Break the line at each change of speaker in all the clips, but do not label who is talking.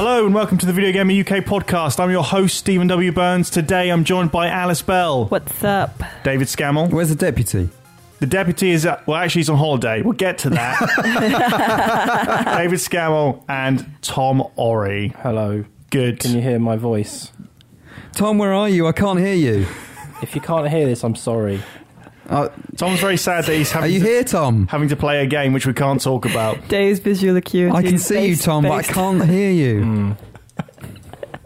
Hello and welcome to the Video Gamer UK podcast. I'm your host, Stephen W. Burns. Today I'm joined by Alice Bell,
What's up?
David Scammell.
Where's the deputy?
The deputy is, uh, well, actually, he's on holiday. We'll get to that. David Scammell and Tom Ori.
Hello.
Good.
Can you hear my voice?
Tom, where are you? I can't hear you.
If you can't hear this, I'm sorry.
Uh,
Tom's very sad that he's
are
having,
you
to,
here, Tom?
having to play a game which we can't talk about.
Dave's visual acuity.
I can
is
see you,
based-
Tom, but I
based-
can't hear
Hmm.
you.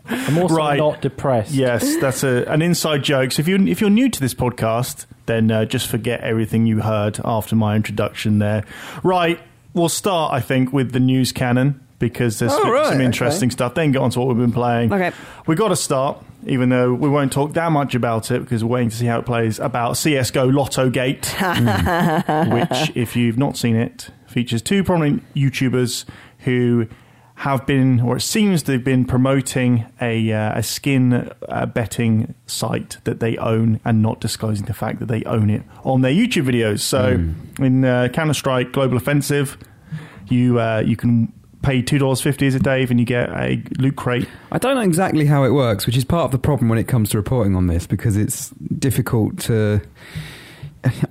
I'm also
Right.
not depressed.
Yes, that's a, an inside joke. So if you're if you're new to this podcast, then uh, just forget everything you heard after my introduction. There, right? We'll start, I think, with the news canon because there's
Oh, right,
some interesting stuff. Then get on to what we've been playing.
Okay.
we got to start, even though we won't talk that much about it because we're waiting to see how it plays. About CS:GO Lotto Gate, which, if you've not seen it, features two prominent YouTubers who have been, or it seems they've been promoting a, uh, a skin uh, betting site that they own and not disclosing the fact that they own it on their YouTube videos. So
Hmm.
in uh, Counter Strike Global Offensive, you uh, you can pay two dollars fifty as a Dave, and you get a loot crate.
I don't know exactly how it works, which is part of the problem when it comes to reporting on this because it's difficult to.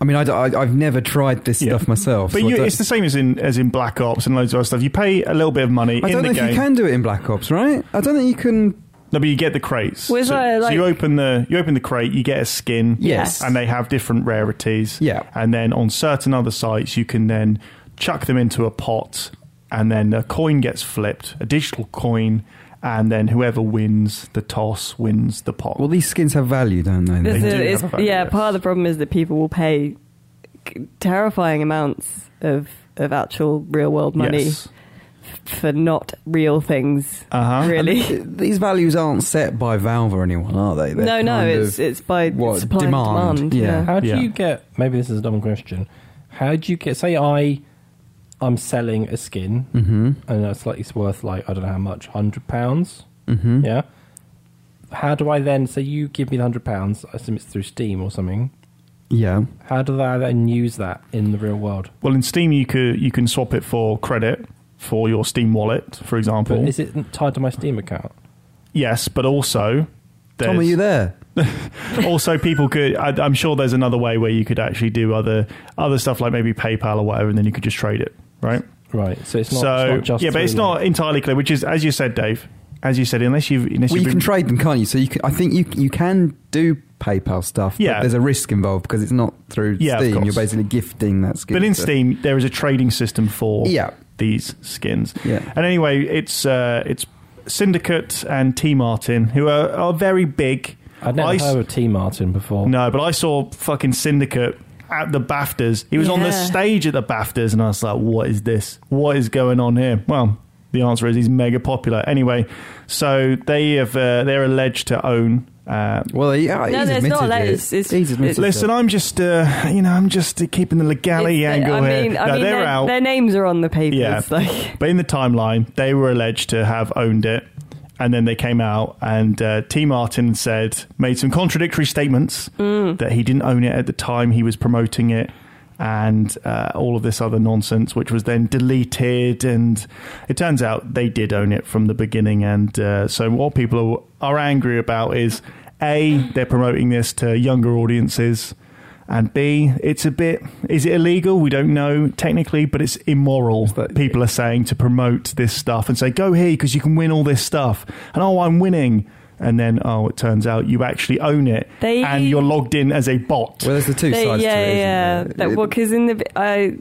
I mean, I, have never tried this
Yeah.
stuff myself.
But
so I
you,
don't-
it's the same as in as in Black Ops and loads of other stuff. You pay a little bit of money
I
in
don't
the
know if
game.
you can do it in Black Ops, right? I don't think you can.
No, but you get the crates.
Was
so,
I,
so
like-
you open the you open the crate, you get a skin.
Yes.
And they have different rarities.
Yeah.
And then on certain other sites you can then chuck them into a pot and then a coin gets flipped, a digital coin, and then whoever wins the toss wins the pot.
Well, these skins have value, don't they?
This
do
is-
have
it's-
a value,
yeah,
yes.
part of the problem is that people will pay c- terrifying amounts of of actual real world money
Yes.
for not real things.
Uh-huh.
Really?
These values aren't set by Valve or anyone, are they? They're
no, no,
kind
it's
of-
it's by
what,
supply and
demand,
demand.
yeah.
How do
Yeah.
you get? Maybe this is a dumb question. How do you get? Say I, I'm selling a skin,
Mm-hmm.
and that's like it's worth like I don't know how much, hundred pounds. Mm-hmm. Yeah. How do I then? So you give me the hundred pounds. I assume it's through Steam or something.
yeah.
How do I then use that in the real world?
Well in Steam you could you can swap it for credit for your Steam wallet, for
But
example.
is it tied to my Steam account?
yes, but also
Tom, are
there's-
you there?
also people could I, i'm sure there's another way where you could actually do other other stuff like maybe paypal or whatever and then you could just trade it right
Right. So it's not.
so
it's not just
yeah but it's
through, like-
not entirely clear which is as you said dave as you said unless you've unless
Well, you
you've
can
been-
trade them, can't you? So you can, I think you you can do PayPal stuff.
Yeah.
but there's a risk involved because it's not through
Yeah, of
Steam. You're
course.
basically gifting that skin.
but in
to-
steam there is a trading system for
Yeah.
these skins
Yeah.
and anyway it's uh it's syndicate and t martin who are, are very big
I'd never
I s-
heard of T Martin before.
No, but I saw fucking Syndicate at the BAFTAs. He was on the
Yeah.
stage at the BAFTAs, and I was like, what is this? What is going on here? Well, the answer is he's mega popular. Anyway, so they have uh, they're alleged to own. Uh,
Well, yeah, he's
no, it's
admitted
not like
it.
it's- it's-
he's admitted
it's-
listen,
it.
I'm just uh, you know I'm just keeping the legality
It's- uh,
angle
I mean,
here.
I
no,
mean,
they're
their,
out.
their names are on the papers.
Yeah.
Like,
But in the timeline, they were alleged to have owned it, and then they came out, and uh, T. Martin said made some contradictory statements that he didn't own it at the time he was promoting it, and uh, all of this other nonsense, which was then deleted. And it turns out they did own it from the beginning. And uh, so what people are, are angry about is a they're promoting this to younger audiences. And B, it's a bit, is it illegal? We don't know technically, but it's immoral.
that-
People are saying to promote this stuff and say, go here because you can win all this stuff. And oh, I'm winning. And then, oh, it turns out you actually own it
They-
and you're logged in as a bot.
well, there's the two
They-
sides
yeah,
to it.
yeah.
isn't there?
That, well, because in the I,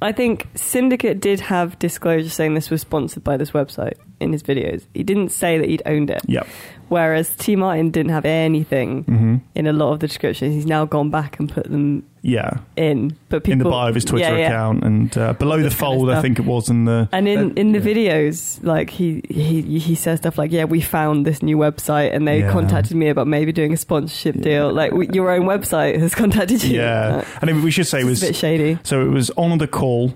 I think Syndicate did have disclosure saying this was sponsored by this website in his videos. He didn't say that he'd owned it.
Yep.
Whereas T Martin didn't have anything
Mm-hmm.
in a lot of the descriptions. He's now gone back and put them
Yeah.
in, but people
in the bio of his Twitter
yeah, yeah.
account and uh, below the
This kind of
fold, I
stuff.
think it was in the.
And in,
That-
in the
yeah.
videos, like he, he he says stuff like, "Yeah, we found this new website, and they
Yeah.
contacted me about maybe doing a sponsorship deal. Like w- your own website has contacted you.
Yeah.
Like,
And it- we should say it
it's
was
a bit shady.
So it was on the call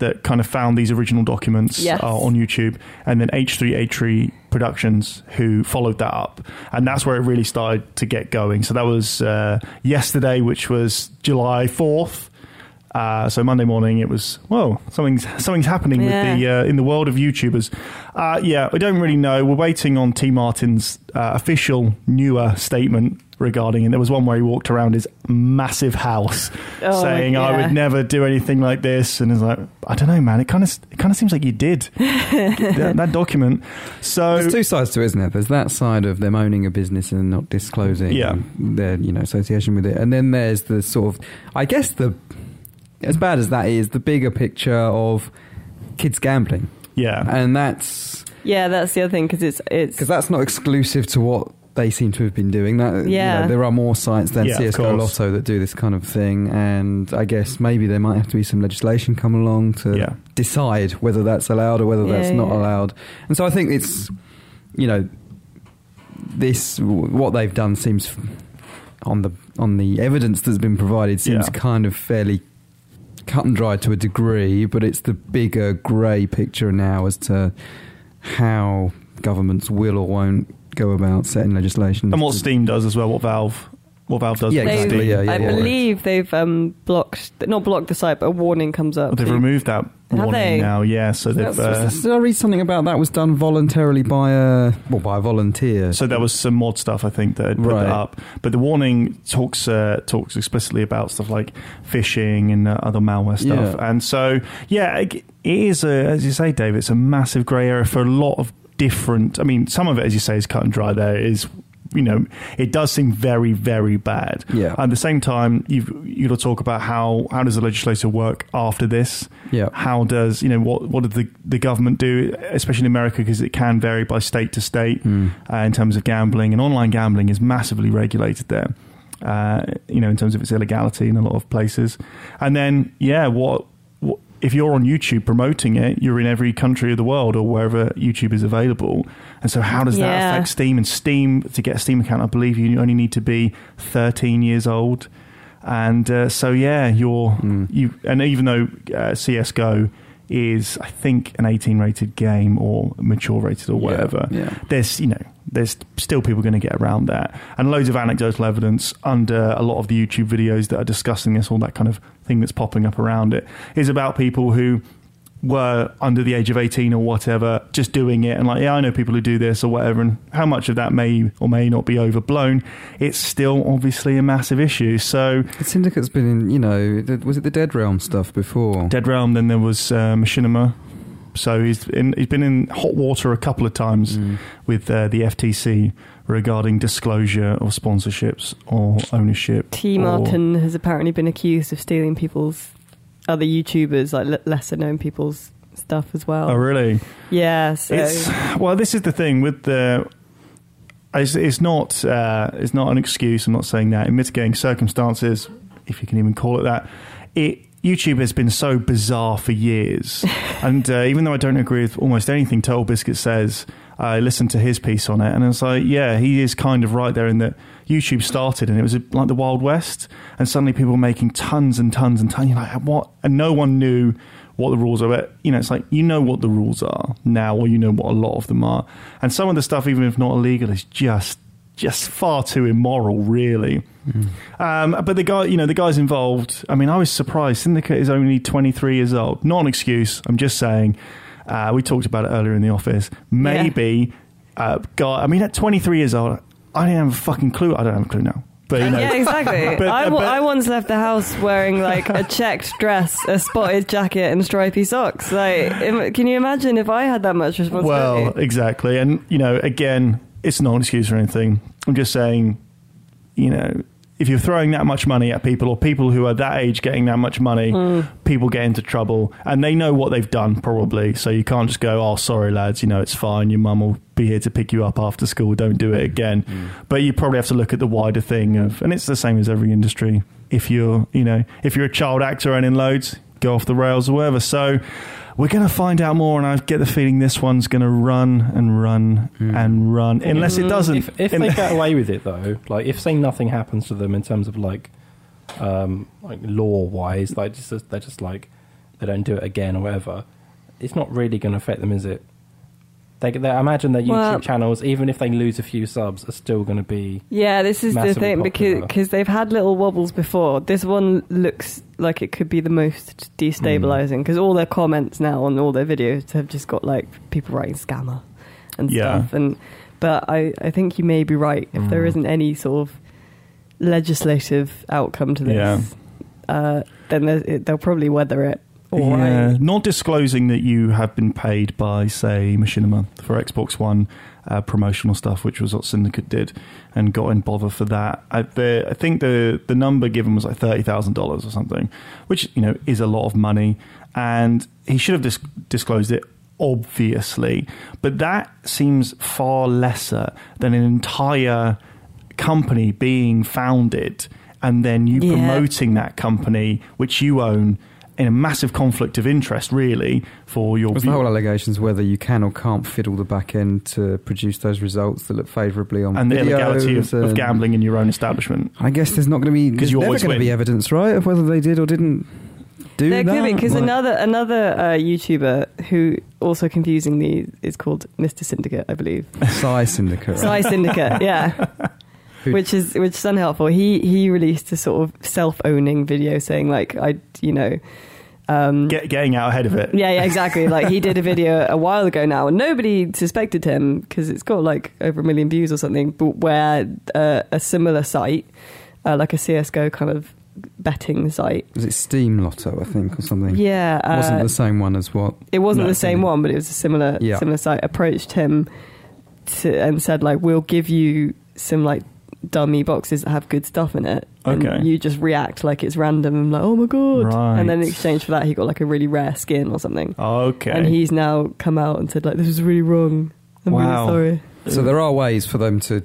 that kind of found these original documents
Yes.
uh, on YouTube, and then H3H3 Productions who followed that up, and that's where it really started to get going. So that was uh, yesterday, which was July fourth. Uh, so Monday morning, it was whoa, something's something's happening with the
Yeah.
uh, in the world of YouTubers. Uh, yeah, we don't really know. We're waiting on T Martin's uh, official newer statement regarding it. There was one where he walked around his massive house,
Oh,
saying, "I
yeah.
would never do anything like this," and it's like, I don't know, man. It kind of it kind of seems like you did that, that document. So
There's two sides to it, isn't there? There's that side of them owning a business and not disclosing
Yeah.
their you know association with it, and then there's the sort of, I guess the as bad as that is, the bigger picture of kids gambling,
yeah,
and that's
Yeah, that's the other thing because it's it's
because that's not exclusive to what they seem to have been doing. That you
Yeah.
know, there are more sites than
Yeah, of
CS:GO
course.
Lotto that do this kind of thing, and I guess maybe there might have to be some legislation come along to
Yeah.
decide whether that's allowed or whether that's
Yeah,
not
yeah.
allowed. And so I think it's you know this what they've done seems on the on the evidence that's been provided seems
Yeah.
kind of fairly cut and dry to a degree, but it's the bigger grey picture now as to how governments will or won't go about setting legislation.
and what Steam does as well, what Valve what Valve does.
Yeah,
with
exactly,
Steam.
yeah, yeah,
I
yeah.
believe they've um, blocked not blocked the site, but a warning comes up.
They've
So you-
removed that
Have
warning
they?
now. Yeah, so they've.
That's-
Uh,
did I read something about that was done voluntarily by a well by a volunteer?
so there was some mod stuff I think that had put
Right.
that up, but the warning talks uh, talks explicitly about stuff like phishing and uh, other malware stuff,
Yeah.
and so yeah, it it is a, as you say, Dave. It's a massive grey area for a lot of different. I mean, some of it, as you say, is cut and dry. There is, you know, it does seem very very bad.
Yeah.
At the same time, you've you got to talk about how how does the legislature work after this?
Yeah.
How does you know what what did the the government do, especially in America, because it can vary by state to state
Mm.
uh, in terms of gambling, and online gambling is massively regulated there. Uh, you know, in terms of its illegality in a lot of places, and then yeah, what, what if you're on YouTube promoting it? You're in every country of the world or wherever YouTube is available, and so how does that
Yeah.
affect Steam? And Steam to get a Steam account, I believe you only need to be 13 years old, and uh, so yeah, you're
Mm.
you. And even though uh, CS:GO is, I think, an 18 rated game or mature rated or
Yeah,
whatever,
yeah.
there's you know there's still people going to get around that and loads of anecdotal evidence under a lot of the youtube videos that are discussing this all that kind of thing that's popping up around it is about people who were under the age of 18 or whatever just doing it and like yeah i know people who do this or whatever and how much of that may or may not be overblown it's still obviously a massive issue so
The syndicate's been in, you know, the- was it the Dead Realm stuff before?
dead realm then there was uh, machinima so he's in, he's been in hot water a couple of times
Mm.
with uh, the FTC regarding disclosure of sponsorships or ownership.
T.
or-
Martin has apparently been accused of stealing people's other YouTubers, like le- lesser known people's stuff as well.
Oh, really?
Yeah, so
It's well. This is the thing with the. It's, it's not. Uh, it's not an excuse. I'm not saying that. In mitigating circumstances, if you can even call it that, it YouTube has been so bizarre for years. and uh, even though I don't agree with almost anything Total Biscuit says, I listened to his piece on it, and it's like, yeah, he is kind of right there in that YouTube started, and it was like the Wild West, and suddenly people were making tons and tons and tons. You're like, what? And no one knew what the rules are. But, you know, it's like you know what the rules are now, or you know what a lot of them are. And some of the stuff, even if not illegal, is just just far too immoral, really. Um, but the guy, you know, the guys involved. I mean, I was surprised. Syndicate is only twenty three years old. Not an excuse. I'm just saying. Uh, we talked about it earlier in the office. Maybe, uh, guy. I mean, at twenty three years old, I didn't have a fucking clue. I don't have a clue now. But you know,
yeah, exactly.
But-
I, wa-
but-
I once left the house wearing like a checked dress, a spotted jacket, and stripy socks. Like, im- can you imagine if I had that much responsibility?
Well, exactly. And, you know, again, it's not an excuse or anything. I'm just saying, you know, if you're throwing that much money at people or people who are that age getting that much money,
Hmm.
people get into trouble and they know what they've done probably. So you can't just go, oh, sorry, lads, you know, it's fine. Your mum will be here to pick you up after school. Don't do it again. But you probably have to look at the wider thing of, and it's the same as every industry. If you're, you know, if you're a child actor earning loads, go off the rails or whatever. So we're going to find out more, and I get the feeling this one's going to run and run and run, unless it doesn't.
Hmm. Mm, If, if
in-
they get away with it though, like if say nothing happens to them in terms of like, um, like law wise, like just they're just like they don't do it again or whatever. It's not really going to affect them, is it? They, they, I imagine their YouTube
Well-
channels, even if they lose a few subs, are still going to be.
Yeah, this is the
Massively
thing because
popular.
cause they've had little wobbles before. This one looks like it could be the most destabilizing because all their comments now on all their videos have just got like people writing scammer and
Yeah.
stuff. And but I, I think you may be right if there isn't any sort of legislative outcome to this,
Yeah.
uh, then there's- it, they'll probably weather it. All right.
Yeah, not disclosing that you have been paid by, say, Machinima for Xbox One uh, promotional stuff, which was what Syndicate did, and got in bother for that. I, the, I think the the number given was like thirty thousand dollars or something, which you know is a lot of money, and he should have dis- disclosed it. Obviously, but that seems far lesser than an entire company being founded and then you
Yeah.
promoting that company which you own in a massive conflict of interest really for your
Was the whole allegations whether you can or can't fiddle the back end to produce those results that look favourably on
and the illegality of,
videos
of
and-
gambling in your own establishment
I guess there's not going to be
'Cause
there's
you
never
always
going to
win.
be evidence, right, of whether they did or didn't do
There
that.
could be because
Like-
another another uh, YouTuber who also confusingly is called Mr Syndicate, I believe.
Psy Syndicate.
Sly Syndicate, yeah.
Who-
Which is which is unhelpful. He he released a sort of self owning video saying like I you know um,
Get, getting out ahead of it
yeah yeah exactly like he did a video a while ago now and nobody suspected him because it's got like over a million views or something. But where uh, a similar site uh, like a CS:GO kind of betting site,
Was it Steam Lotto, I think, or something?
yeah, uh,
Mm. Wasn't the same one as what?
it wasn't
No,
the same
didn't.
one, but it was a similar
Yeah.
similar site. Approached him to, and said like, "We'll give you some like dummy boxes that have good stuff in it,
Okay.
and you just react like it's random." and like, "Oh my god!" And then in
Right.
exchange for that, he got like a really rare skin or something,
okay
and he's now come out and said like, "This is really wrong. I'm
Wow.
really sorry."
So there are ways for them to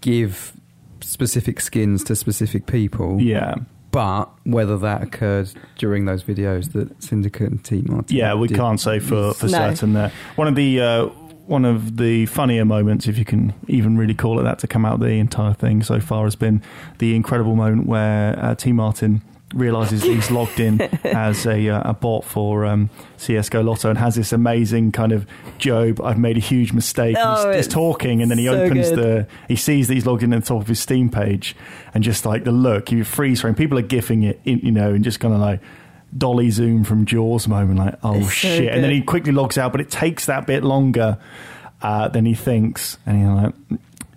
give specific skins to specific people,
yeah
but whether that occurred during those videos that Syndicate and Team Martin
yeah we
did.
can't say for, for
No.
certain there one of the uh, one of the funnier moments, if you can even really call it that, to come out of the entire thing so far has been the incredible moment where uh, T Martin realizes that he's logged in as a, uh, a bot for um, CSGO Lotto and has this amazing kind of Job, I've made a huge mistake.
Oh,
he's, he's
it's
talking, and then he
so
opens
good.
the, uh, he sees that he's logged in at the top of his Steam page, and just like the look, you freeze frame. People are gifting it, in, you know, and just kind of like, Dolly zoom from Jaws moment, like, oh
It's so
shit. and then
good.
he quickly logs out, but it takes that bit longer uh, than he thinks. And you're like,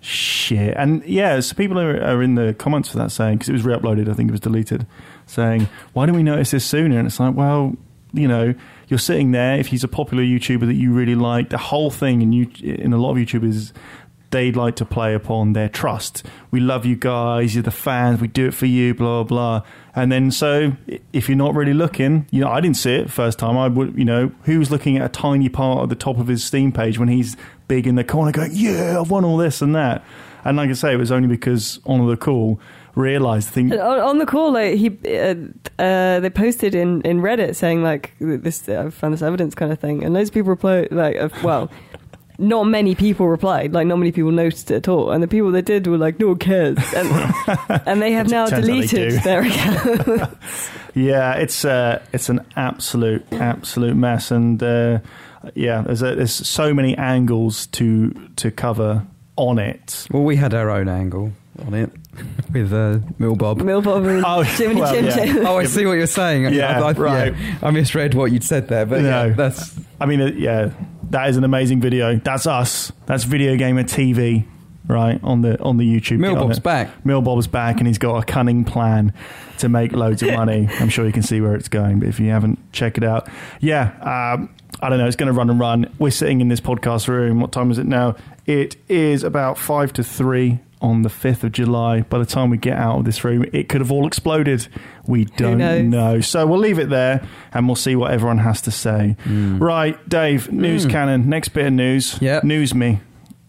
shit. And yeah, so people are, are in the comments for that saying, because it was re uploaded, I think it was deleted, saying, why didn't we notice this sooner? And it's like, well, you know, you're sitting there. If he's a popular YouTuber that you really like, the whole thing in, you, in a lot of YouTubers, they'd like to play upon their trust. We love you guys, you're the fans, we do it for you, blah blah. And then so i- if you're not really looking, you know, I didn't see it first time. I would, you know, who's looking at a tiny part of the top of his Steam page when he's big in the corner going, "Yeah, I've won all this and that." And like I say, it was only because on the call realized the thing.
And on, on the call, like he, uh, uh, they posted in, in Reddit saying like this, I found this evidence kind of thing, and loads of people replied like, uh, well, not many people replied, like not many people noticed it at all, and the people that did were like, no one cares, and, and they have now
Turns out they
deleted
do.
their account.
Yeah, it's uh, it's an absolute absolute mess, and uh, yeah, there's a, there's so many angles to to cover on it.
Well, we had our own angle on it with uh, Mill Bob.
Milbob and
Oh,
Jiminy
well,
Jim
yeah.
Jim.
Oh, I see what you're saying.
Yeah,
I, I,
right.
yeah, I misread what you'd said there, but
No.
yeah, that's
I mean, uh, yeah, that is an amazing video. That's us. That's video gamer TV, right on the on the YouTube.
Mill
Get on
Bob's
it.
back.
Mill Bob's back, and he's got a cunning plan to make loads of money. I'm sure you can see where it's going, but if you haven't, check it out. Yeah, um, I don't know. It's going to run and run. We're sitting in this podcast room. What time is it now? It is about five to three on the 5th of July. By the time we get out of this room, it could have all exploded. We don't
knows?
know. So we'll leave it there and we'll see what everyone has to say.
Hmm.
Right, Dave, news cannon. Next bit of news.
Yeah.
News me.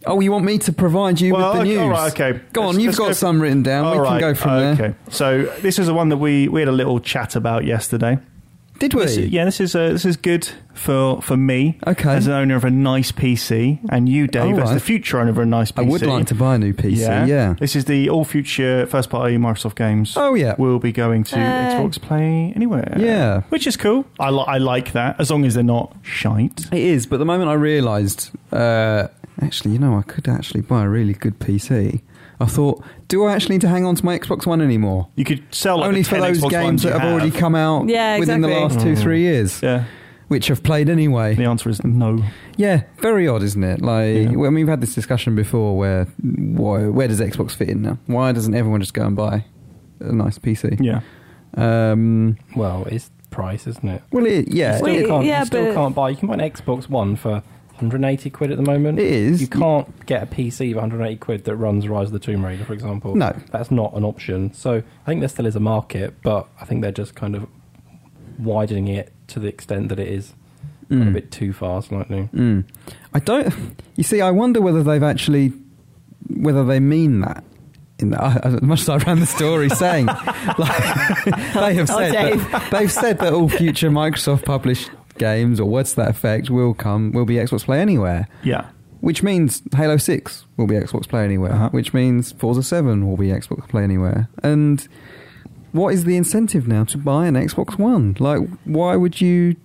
Oh, you want me to provide you
Well,
with the
okay,
news?
all right, okay.
Go
Let's-
on, you've
let's go
got
f-
some written down. we
All right,
can go from
okay.
there.
So this is the one that we, we had a little chat about yesterday.
Did we?
This is- yeah, this is uh, this is good for for me
Okay.
as an owner of a nice PC, and you, Dave, as
Alright.
the future owner of a nice PC.
I would like to buy a new PC. Yeah.
This is the all future first party Microsoft games.
Oh yeah.
Will be going to
Uh,
Xbox Play Anywhere.
Yeah.
Which is cool. I, li- I like that, as long as they're not shite.
It is, but the moment I realised, uh, actually, you know, I could actually buy a really good PC. I thought, do I actually need to hang on to my Xbox One anymore?
You could sell like,
Only
the 10
for those
Xbox
games
ones you Mm.
that have, already come out
Yeah,
within the
exactly.
last two, three years,
Yeah,
which I've played anyway.
the answer is no.
Yeah, very odd, isn't it? Like,
Yeah.
well, I mean, we've had this discussion before where why, where does Xbox fit in now? Why doesn't everyone just go and buy a nice PC?
Yeah,
Um,
Well, it's price, isn't it?
well, it,
You
yeah,
still
Well,
can't, you
yeah,
still
but-
can't buy. You can buy an Xbox One for 180 quid at the moment.
It is.
You can't get a PC for 180 quid that runs Rise of the Tomb Raider, for example.
No.
that's not an option. So I think there still is a market, but I think they're just kind of widening it to the extent that it is a
Mm.
bit too far, slightly.
Mm. I don't. You see, I wonder whether they've actually, whether they mean that. In the, I, as much as I ran the story saying, like, they have
Oh,
said that, they've said that all future Microsoft published games or words to that effect will come will be Xbox Play Anywhere,
yeah.
which means Halo Six will be Xbox Play Anywhere,
Uh-huh.
which means Forza Seven will be Xbox Play Anywhere, and. What is the incentive now to buy an Xbox One? Like, why would you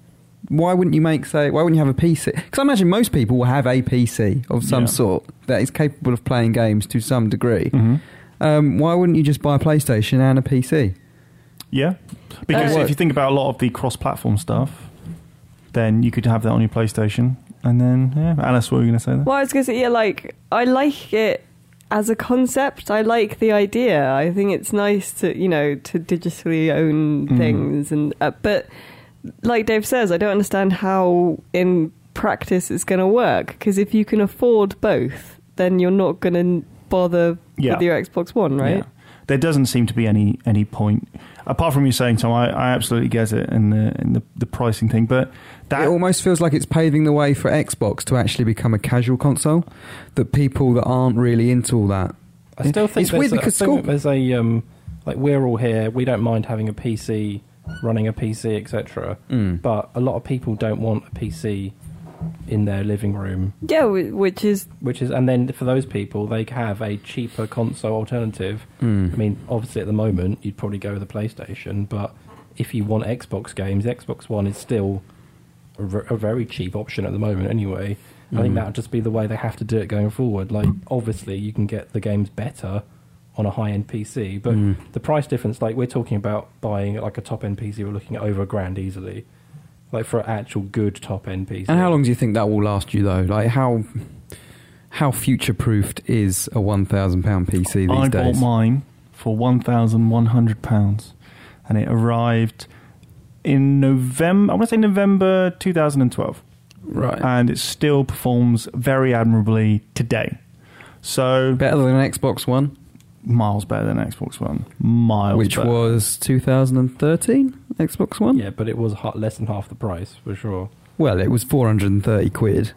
why wouldn't you make say why wouldn't you have a PC? Because I imagine most people will have a PC of some
Yeah.
sort that is capable of playing games to some degree.
Mhm.
Um, why wouldn't you just buy a PlayStation and a PC?
Yeah, because
Uh,
if you think about a lot of the cross-platform stuff, then you could have that on your PlayStation, and then yeah, Alice, what were you going to say? There?
Well, I was going to say, yeah, like, I like it as a concept. I like the idea. I think it's nice to, you know, to digitally own
Mm.
things. and uh, But, like Dave says, I don't understand how in practice it's going to work. Because if you can afford both, then you're not going to bother
Yeah.
with your Xbox One, right?
Yeah. There doesn't seem to be any any point apart from you saying, Tom. I, I absolutely get it and the and the, the pricing thing, but that
it almost feels like it's paving the way for Xbox to actually become a casual console that people that aren't really into all that.
I still think
it's weird
there's a- I
because
think
school.
there's a um, like we're all here. We don't mind having a PC, running a PC, etc.
Mm.
But a lot of people don't want a PC in their living room,
Yeah, wh- which is
which is and then for those people they have a cheaper console alternative.
Hmm.
I mean, obviously at the moment you'd probably go with a PlayStation, but if you want Xbox games, the Xbox One is still a, ver- a very cheap option at the moment. Anyway, I
Hmm.
think that'll just be the way they have to do it going forward. Like, obviously you can get the games better on a high-end PC, but
Hmm.
the price difference, like we're talking about buying like a top-end PC, we're looking at over a grand easily. Like for an actual good top end PC.
And how long do you think that will last you though? Like how how future proofed is a one thousand pound PC these
I
days?
bought mine for one thousand one hundred pounds, and it arrived in November. I want to say November two thousand and twelve.
right,
and it still performs very admirably today. So
better than an Xbox One,
miles better than Xbox One, miles.
which
better.
was two thousand and thirteen Xbox One.
Yeah, but it was ha- less than half the price for sure.
Well, it was 430 quid.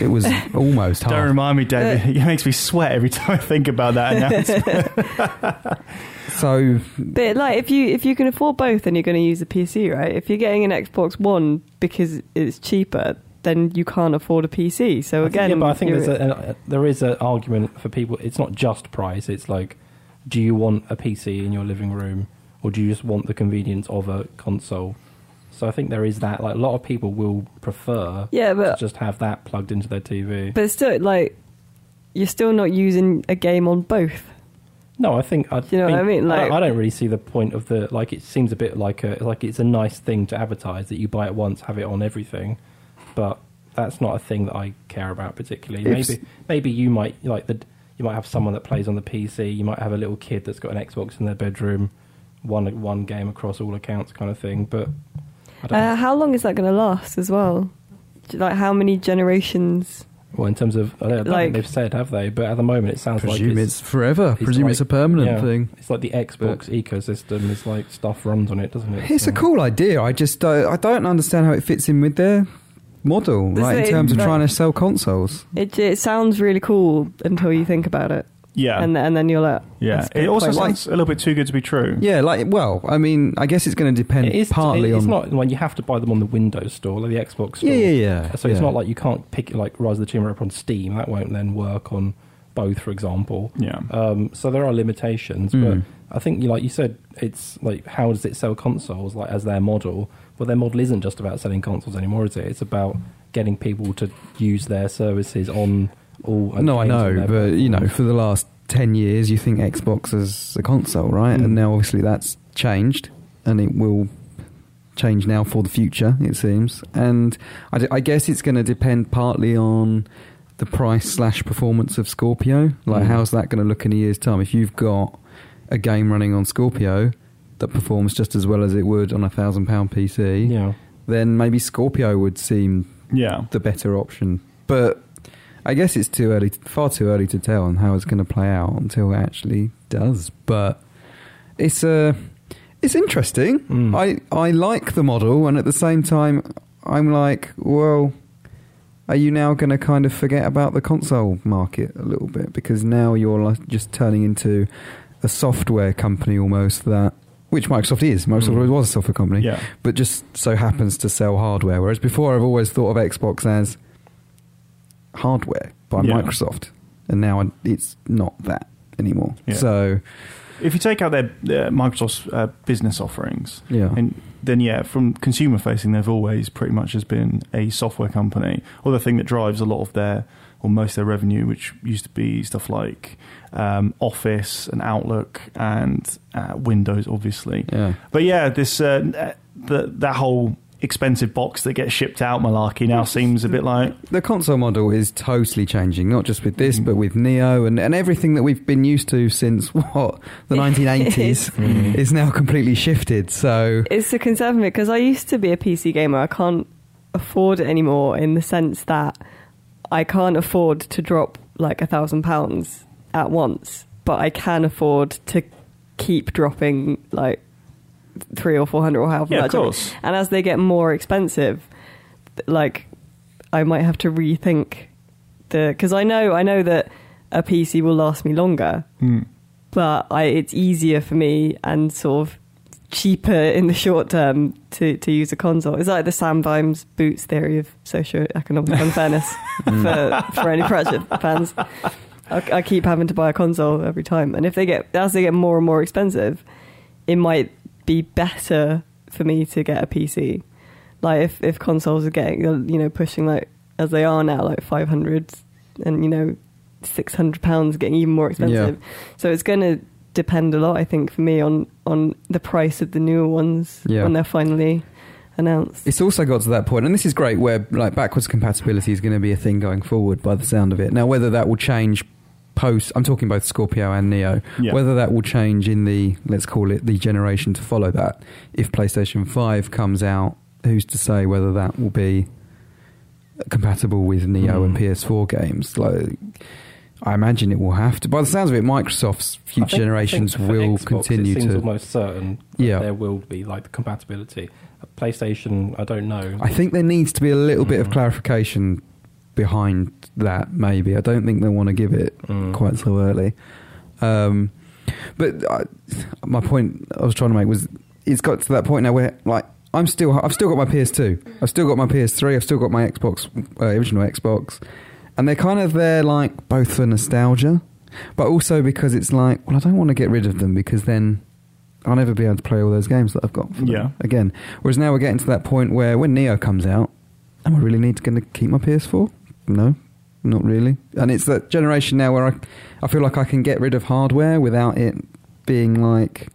It was almost half.
Don't remind me, David.
Uh,
It makes me sweat every time I think about that announcement.
So,
But like, if you if you can afford both, then you're going to use a PC, right? If you're getting an Xbox One because it's cheaper, then you can't afford a PC. So
I think-
again,
yeah, but I think
you're-
there's a, a, there is an argument for people. It's not just price. It's like, do you want a PC in your living room, or do you just want the convenience of a console? So I think there is that. Like a lot of people will prefer
yeah,
to
but
just have that plugged into their TV.
but still, like, you're still not using a game on both.
No, I think I
You know what
think-
I mean?
don't-
Like-
I don't really see the point of the like. It seems a bit like a like it's a nice thing to advertise that you buy it once, have it on everything, but that's not a thing that I care about particularly.
It's-
maybe maybe you might like the you might have someone that plays on the PC. You might have a little kid that's got an Xbox in their bedroom, one one game across all accounts kind of thing. But I don't.
Uh, how long is that going to last as well? Do- Like, how many generations?
well, in terms of I don't, I don't
like-
think they've said have they? But at the moment, it sounds
presume
like
it's, forever. presume
like-
it's a permanent
yeah,
thing.
It's like the Xbox ecosystem is like stuff runs on it, doesn't it?
It's
So-
a cool idea. I just don't, I don't understand how it fits in with their model,
This
like in
is-
terms of
like-
trying to sell consoles.
It it sounds really cool until you think about it.
Yeah.
and and then you're like,
yeah.
that's good
It also
point.
sounds a little bit too good to be true.
Yeah, like well, I mean, I guess it's going to depend
It is
partly
It's
on.
not like you have to buy them on the Windows store or the Xbox store.
Yeah, yeah, yeah,
So it's
yeah.
not like you can't pick like Rise of the Tomb Raider up on Steam. That won't then work on both, for example.
Yeah.
Um, so there are limitations,
Mm.
but I think, like you said, it's like how does it sell consoles like as their model? Well, their model isn't just about selling consoles anymore, is it? It's about getting people to use their services on all. other
no, I
games on
know,
their
but you know,
platforms.
for the last ten years, you think Xbox is a console, right?
Mm.
And now obviously that's changed, and it will change now for the future, it seems. And I, d- I guess it's going to depend partly on the price slash performance of Scorpio. Like,
Mm.
how's that going to look in a year's time? If you've got a game running on Scorpio that performs just as well as it would on a thousand pound PC,
yeah.
then maybe Scorpio would seem
Yeah.
the better option. But I guess it's too early, far too early to tell on how it's going to play out until it actually does. But it's uh, it's interesting.
Mm.
I I like the model, and at the same time, I'm like, well, are you now going to kind of forget about the console market a little bit because now you're like just turning into a software company almost that. Which Microsoft is. Microsoft
Mm.
always was a software company
Yeah.
but just so happens to sell hardware. Whereas before, I've always thought of Xbox as hardware by
Yeah.
Microsoft, and now I- it's not that anymore.
Yeah.
So
If you take out their uh, Microsoft's uh, business offerings,
yeah,
and then yeah, from consumer facing, they've always pretty much has been a software company or the thing that drives a lot of their or most of their revenue, which used to be stuff like um, Office and Outlook and uh, Windows, obviously.
yeah,
But yeah, this uh, the, that whole expensive box that gets shipped out malarkey now seems a bit like
the console model is totally changing. Not just with
Mm.
this, but with Neo and, and everything that we've been used to since what the 1980s is now completely shifted. So
it's a concern for me because I used to be a PC gamer. I can't afford it anymore in the sense that I can't afford to drop like a thousand pounds at once, but I can afford to keep dropping like three or four hundred or however
Yeah, of
much. I-
course.
And as they get more expensive, th- like I might have to rethink the because I know I know that a PC will last me longer,
Hmm.
but I, it's easier for me and sort of cheaper in the short term to, to use a console. It's like the Sam Vimes Boots theory of socioeconomic unfairness
Hmm.
for, for any Pratchett fans. I, I keep having to buy a console every time, and if they get as they get more and more expensive, it might be better for me to get a PC. Like if if consoles are getting you know pushing like as they are now like five hundred and you know six hundred pounds getting even more expensive. So it's going to depend a lot, I think, for me on on the price of the newer ones
Yeah.
when they're finally announced.
It's also got to that point, and this is great, where like backwards compatibility is going to be a thing going forward. By the sound of it, now whether that will change post, I'm talking both Scorpio and Neo.
Yeah.
Whether that will change in the let's call it the generation to follow that, if PlayStation Five comes out, who's to say whether that will be compatible with Neo and
Mm.
PS4 games? Like, I imagine it will have to. By the sounds of it, Microsoft's
I
future
think- I
generations
think for
will
Xbox,
continue
it seems
to.
almost certain that
Yeah.
there will be like the compatibility playstation i don't know
I think there needs to be a little bit of
Mm.
clarification behind that. Maybe I don't think they want to give it
Mm.
quite so early. Um, but I, my point I was trying to make was it's got to that point now where like I'm still I've still got my PS2, I've still got my PS3, I've still got my Xbox uh, original Xbox, and they're kind of there like both for nostalgia, but also because it's like well I don't want to get rid of them because then I'll never be able to play all those games that I've got. For them
Yeah.
again. Whereas now we're getting to that point where when Neo comes out, am I really need to going to keep my PS4? No, not really. And it's that generation now where I, I feel like I can get rid of hardware without it being like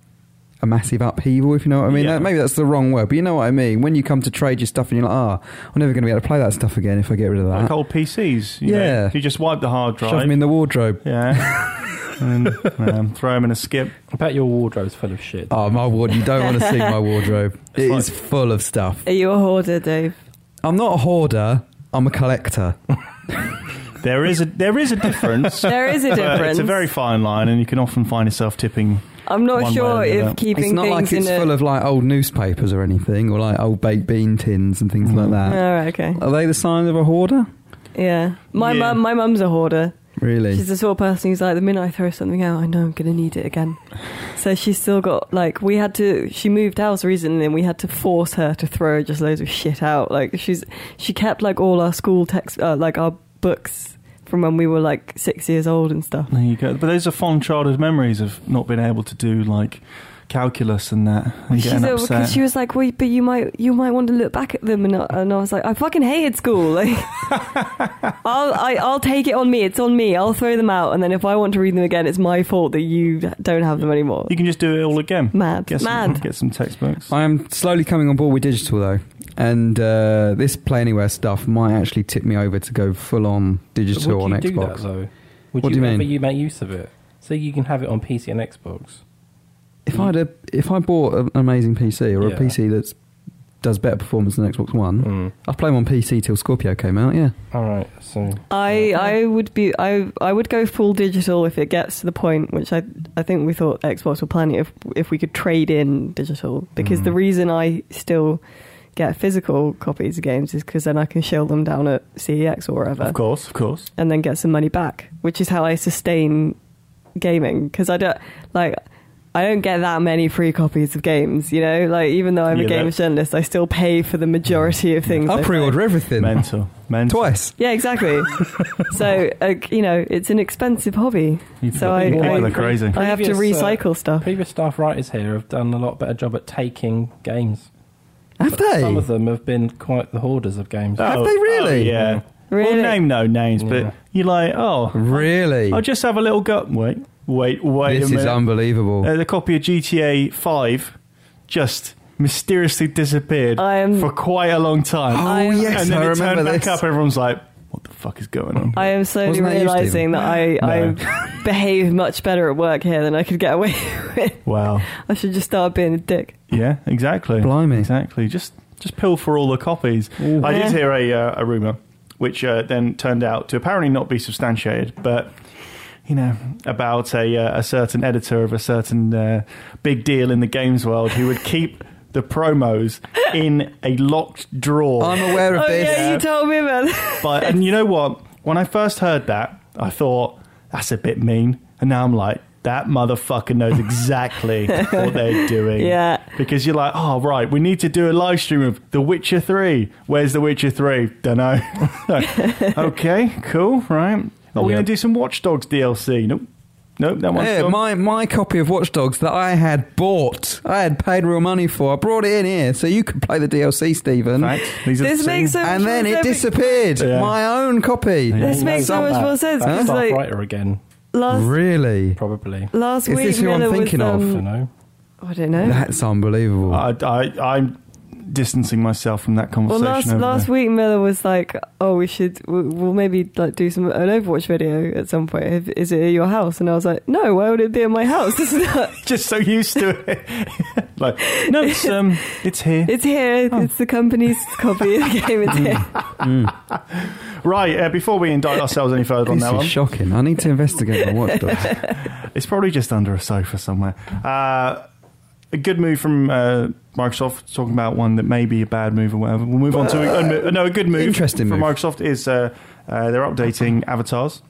a massive upheaval, if you know what I mean.
Yeah.
That- maybe that's the wrong word, but you know what I mean. When you come to trade your stuff and you're like, ah, I'm never going to be able to play that stuff again if I get rid of that.
like old PCs. You know?
Yeah.
you just wipe the hard
Shove
drive.
'em in the wardrobe.
yeah. and um, throw them in a skip.
i bet your wardrobe's full of shit
Oh, my ward! You don't want to see my wardrobe. It
It's
is full of stuff.
Are you a hoarder, Dave?
I'm not a hoarder. I'm a collector.
There is a there is a difference.
There is a
but
difference.
It's a very fine line, and you can often find yourself tipping.
I'm
one
not
way
sure
or the other.
if keeping
it's not
things
like it's
in
full
a,
of like old newspapers or anything, or like old baked bean tins and things like that.
All Oh, right, okay.
Are they the sign of a hoarder?
Yeah. My
Yeah.
mum my mum's a hoarder.
Really?
She's the sort of person who's like, the minute I throw something out, I know I'm going to need it again. So she's still got, like, we had to, she moved house recently and we had to force her to throw just loads of shit out. Like, she's, she kept, like, all our school text, uh, like, our books from when we were, like, six years old and stuff.
There you go. But those are fond childhood memories of not being able to do like calculus and that and
She's
getting
over-
upset.
she was like, "Wait, but you might you might want to look back at them," and I, and I was like, "I fucking hated school. Like, I'll I, I'll take it on me. It's on me. I'll throw them out, and then if I want to read them again, it's my fault that you don't have them anymore."
you can just do it all again.
Mad,
Get some,
mad.
Get some textbooks.
I'm slowly coming on board with digital though, and uh, this Play Anywhere stuff might actually tip me over to go full on
But would
digital on
you do
Xbox.
that though? Would
What do you mean?
But you make use of it, so you can have it on PC and Xbox.
if I'd a, if I bought an amazing PC or
Yeah.
a PC that does better performance than Xbox One,
Mm.
I'd play them on PC till Scorpio came out. Yeah,
All right, so
I I would be I I would go full digital if it gets to the point which I I think we thought Xbox were planning if if we could trade in digital because
Mm.
the reason I still get physical copies of games is because then I can show them down at CEX or wherever.
Of course, of course.
and then get some money back, which is how I sustain gaming because I don't like I don't get that many free copies of games. You know, like even though I'm
Yeah,
a games journalist, I still pay for the majority of things.
I'll
I
pre-order everything
Mental, mental.
twice.
Yeah, exactly. so uh, you know, it's an expensive hobby.
You
So I,
people are
I,
crazy.
I have to
Previous, uh,
recycle stuff.
previous staff writers here have done a lot better job at taking games.
Have
But Some
they?
of them have been quite the hoarders of games.
Have
Oh,
they really?
oh, yeah.
Really?
Well, name no names,
Yeah.
but you're like, oh,
Really?
I'll just have a little go. Wait, wait, wait
this
a
is
minute.
unbelievable.
uh, the copy of GTA 5 just mysteriously disappeared
I am-
for quite a long time.
Oh, I- yes,
and then
I
it
remember
turned back
this.
up. Everyone's like, "What the fuck is going on?"
I am slowly
Wasn't that used to?
realizing that I,
No.
I behave much better at work here than I could get away with.
wow.
I should just start being a dick.
Yeah, exactly.
Blimey.
Exactly. Just just pill for all the copies. I did
Yeah.
hear a uh, a rumor, which uh, then turned out to apparently not be substantiated, but. You know about a uh, a certain editor of a certain uh, big deal in the games world who would keep the promos in a locked drawer.
I'm aware of
Oh
this.
yeah, you told me about that.
But and you know what? When I first heard that, I thought that's a bit mean, and now I'm like, that motherfucker knows exactly what they're doing.
Yeah.
Because you're like, oh right, we need to do a live stream of The Witcher Three. Where's The Witcher Three? Don't know. okay, cool, right? Are we
Yeah.
gonna do some Watch Dogs DLC? Nope. Nope, that one's
Yeah,
gone.
my, my copy of Watch Dogs that I had bought, I had paid real money for. I brought it in here so you could play the DLC, Stephen.
Right, these are
This
the things-
makes so much
And then
more
it
sense.
disappeared.
Yeah.
My own copy.
This makes so much more sense
That
because
staff
like Mm.
writer again,
last
Really?
probably.
last
Is
week
this who I'm
Miller
thinking of?
was,
I
um,
don't know.
I don't know.
That's unbelievable.
I, I, I'm distancing myself from that
well,
conversation.
last
over
last
there.
week Miller was like, "Oh, we should we'll, we'll maybe like do some an Overwatch video at some point. If- Is it at your house?" And I was like, "No, why would it be at my house? It's not.
just so used to it. like, no, it's um, it's here.
It's here. It's the company's copy of the game. It's here."
Right, uh, before we indict ourselves any further on
this
that
is
one,
shocking. I need to investigate my Watch Dogs.
it's probably just under a sofa somewhere. Uh, a good move from uh, Microsoft, talking about one that may be a bad move or whatever. We'll move on to a, a, mo- no, a good move.
Interesting
from
move.
Microsoft is uh, uh, they're updating avatars.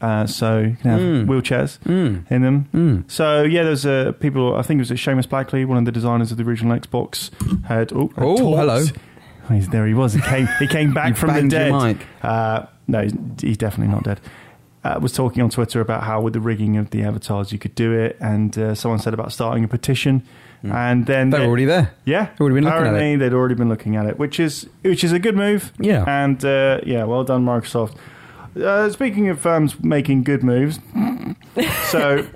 Uh, so you can have
Mm.
wheelchairs
Mm.
in them.
Mm.
So yeah, there's uh, people. I think it was Seamus Blackley, one of the designers of the original Xbox, had oh, had
Oh,
talked.
hello.
Oh, he's, there he was. He came. He came back
You
from the
banged your
dead.
mic.
Uh, no, he's, he's definitely not dead. Uh, was talking on Twitter about how with the rigging of the avatars you could do it, and uh, someone said about starting a petition, and then
They were Hmm. already there.
yeah,
They'd already been looking at it.
apparently they'd already been looking at it, which is which is a good move.
Yeah.
and uh, yeah, well done Microsoft. Uh, speaking of firms making good moves, so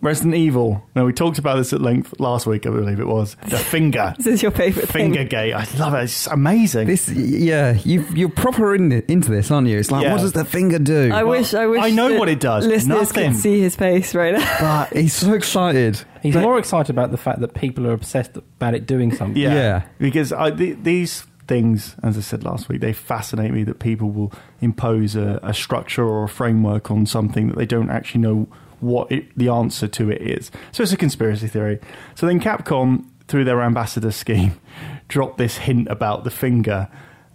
Resident Evil. Now we talked about this at length last week, I believe it was the finger
This is your favorite thing.
finger gate. I love it. It's amazing.
This, yeah, you you're proper in, into this, aren't you? It's like,
Yeah.
what does the finger do?
I wish. I wish.
I know
that
what it does.
Listeners
Nothing.
can see his face right now.
but he's so excited.
He's more excited about the fact that people are obsessed about it doing something.
Yeah.
Yeah.
Because I, th- these things, as I said last week, they fascinate me that people will impose a, a structure or a framework on something that they don't actually know what it, the answer to it is. So it's a conspiracy theory. So then Capcom, through their ambassador scheme, dropped this hint about the finger.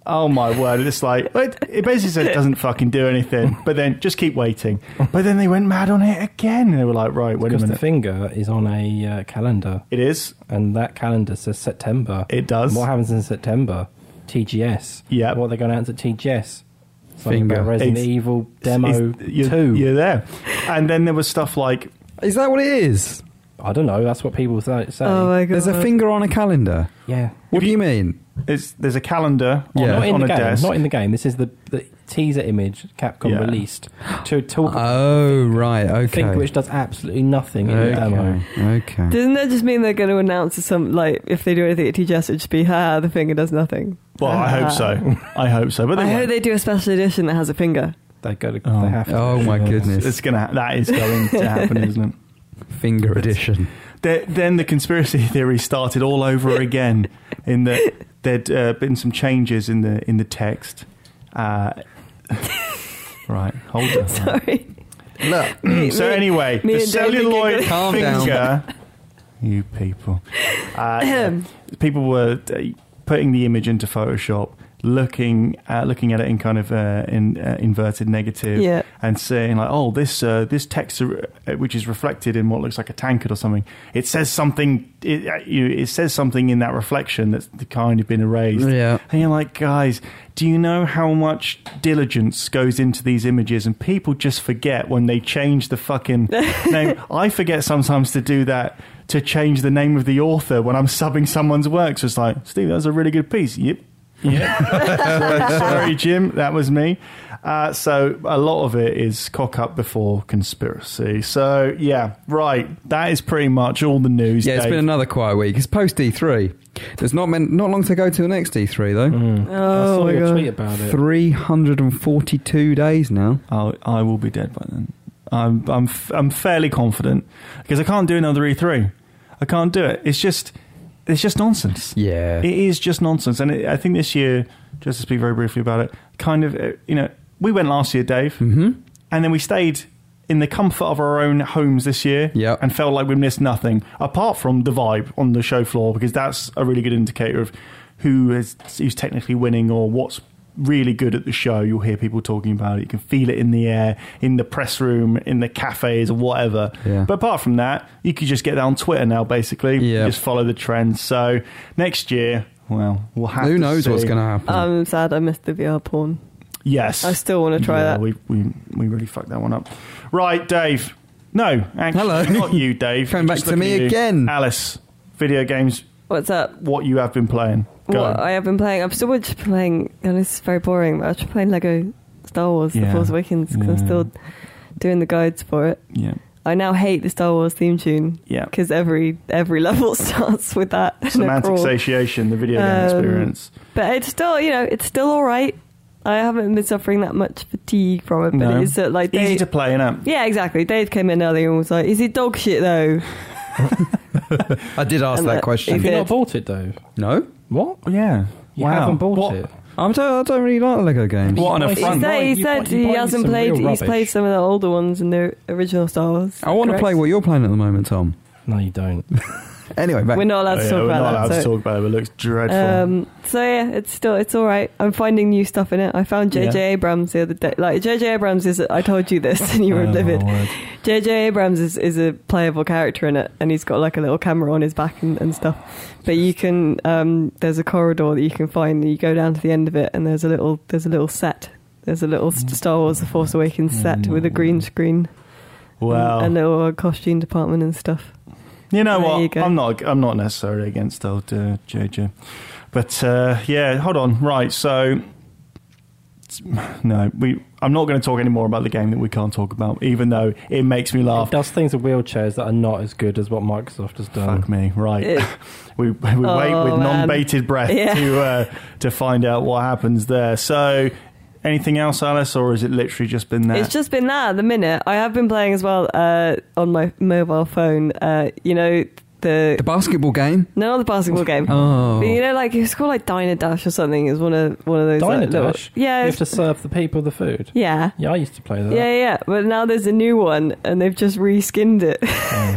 Oh my word! It's like it, it basically said it doesn't fucking do anything, but then just keep waiting. But then they went mad on it again. They were like, right, wait a
Because the
minute.
finger is on a uh, calendar,
it is.
and that calendar says September.
It does.
And what happens in September? TGS.
Yeah.
What are they going to announce at TGS? Something
Finger.
about Resident
It's-
Evil Demo
It's- you're,
2.
You're there, and then there was stuff like
Is that what it is?
I don't know. That's what people say. say.
Oh my god.
There's a finger on a calendar.
yeah.
What do you mean?
it's, there's a calendar on,
Yeah.
a-
Not in
on
the
a
game.
desk.
Not in the game. This is the, the teaser image Capcom
Yeah.
released to talk about
Oh right,
the
okay.
finger, which does absolutely nothing in the demo.
okay. okay.
Doesn't that just mean they're going to announce some like if they do anything at TGS, it'd just be ha the finger does nothing.
well, I hope so. I hope so. But they
I hope
won't.
they do a special edition that has a finger.
They got to.
Oh.
They have to.
Oh my
Yeah.
goodness.
it's gonna. ha- That is going to happen, isn't it?
Finger edition.
Th then the conspiracy theory started all over again. In that there'd uh, been some changes in the in the text. Uh, right, hold on.
Sorry.
Look.
Me-
so
me-
anyway,
me
the
and David
celluloid
giggle.
Calm down.
finger. You people. Uh, yeah. people were uh, putting the image into Photoshop, looking at, looking at it in kind of uh, in uh, inverted negative,
Yeah.
and saying like, "Oh, this uh, this text, uh, which is reflected in what looks like a tankard or something, it says something. It, uh, you it says something in that reflection that's kind of been erased."
Yeah.
And you're like, guys, do you know how much diligence goes into these images? And people just forget when they change the fucking name. I forget sometimes to do that to change the name of the author when I'm subbing someone's work. So it's like, Steve, that was a really good piece. Yep. Yeah. sorry, sorry, Jim, that was me. Uh, so a lot of it is cock up before conspiracy. So yeah, right. That is pretty much all the news.
Yeah, it's
Dave.
been another quiet week. It's post D3. There's not men- not long to go till next D3 though.
Mm,
I
Oh
saw
my
your tweet
god.
about it.
342 days now.
I'll, I will be dead by then. I'm, I'm, f- I'm fairly confident because I can't do another E3. I can't do it. It's just, it's just nonsense.
Yeah.
It is just nonsense. And it, I think this year, just to speak very briefly about it, kind of, uh, you know, we went last year, Dave,
Mhm.
and then we stayed in the comfort of our own homes this year
Yep.
and felt like we missed nothing apart from the vibe on the show floor because that's a really good indicator of who is who's technically winning or what's really good at the show you'll hear people talking about it you can feel it in the air in the press room in the cafes or whatever
Yeah.
but apart from that you could just get that on twitter now basically
Yeah.
just follow the trends so next year well we'll have
Who
to
knows what's
see.
going to happen?
I'm sad I missed the VR porn.
yes
I still want to try
yeah,
that.
We, we we really fucked that one up. Right, Dave. No, actually,
Hello.
not you, Dave.
Coming back
Just
to
look
me
at you.
again.
Alice, video games.
What's up?
What you have been playing? Go.
What I have been playing, I'm still just playing, and this is very boring, but I've been playing Lego Star Wars
Yeah.
The Force Awakens 'cause
Yeah.
I'm still doing the guides for it.
yeah,
I now hate the Star Wars theme tune
yeah.
because every every level starts with that. and a
Semantic
crawl.
satiation, the video game
Um,
experience.
But it's still, you know, it's still all right. I haven't been suffering that much fatigue from it, but
No.
it's uh, like
Easy
Dave-
to play, innit?
yeah, exactly. Dave came in earlier and was like, "Is it dog shit though?"
I did ask
and uh,
that
that-
question.
Have you
Yeah.
not bought it, though?
No?
What?
Yeah.
You
wow.
haven't bought
what,
it.
I don't, I don't really like the Lego games.
What an
He
He
affront.
said-
said, he,
You
said
buy- you
he
buy
hasn't
some
played.
real
He's played
rubbish.
some of the older ones in the original Star Wars.
I want to
Correct.
play what you're playing at the moment, Tom.
No, you don't.
Anyway, back.
We're not
Oh,
allowed to
yeah,
talk
we're
about
not allowed
that.
to
so.
talk about it. But it looks dreadful.
Um, so yeah, it's still it's all right. I'm finding new stuff in it. I found JJ
Yeah.
Abrams the other day. Like JJ Abrams is. I told you this, and you were
Oh, my
livid.
word.
JJ Abrams is, is a playable character in it, and he's got like a little camera on his back and, and stuff. But you can um, there's a corridor that you can find. And you go down to the end of it, and there's a little there's a little set. There's a little S- Star Wars: The Force Awakens set with a green screen
Wow.
and a little costume department and stuff.
You know
There
what?
you go.
I'm not. I'm not necessarily against old uh, JJ, but uh, yeah. Hold on. Right. So no, we. I'm not going to talk any more about the game that we can't talk about, even though it makes me laugh.
It does things with wheelchairs that are not as good as what Microsoft has done.
Fuck me. Right.
It- Oh,
we we wait with
man.
non-bated breath
Yeah.
to uh, to find out what happens there. So. Anything else, Alice, or is it literally just been that?
It's just been that at the minute. I have been playing as well uh, on my mobile phone. Uh, you know
the
the
basketball game.
no not the basketball game.
Oh.
But you know, like it's called like Diner Dash or something. It's one of one of those.
Diner
like, little-
Dash?
yeah,
You
it's-
have to serve the people the food.
yeah,
Yeah, I used to play that.
yeah, yeah. But now there's a new one, and they've just reskinned it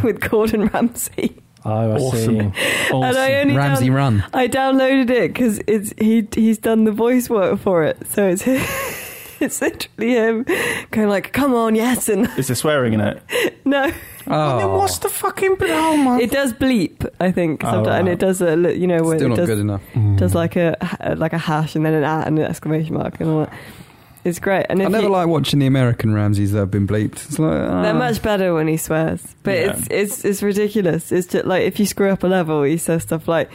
with Gordon Ramsay.
Oh, I
Awesome.
see.
Awesome.
And I only
Ramsey
down-
Run.
I downloaded it because it's he he's done the voice work for it, so it's it's literally him going like, "Come on, yes," and
Is there swearing in it?
no,
Oh,
Then what's the fucking. Oh my.
it does bleep. I think
Oh,
sometimes, and
right.
it does a li- you know when
still
it
not
does
good enough.
does like a like a hash and then an at and an exclamation mark and all that. It's great, and
I
if
never
you-
like watching the American Ramses that have been bleeped. It's like ah.
They're much better when he swears, but
Yeah.
it's it's it's ridiculous. It's just like if you screw up a level, he says stuff like,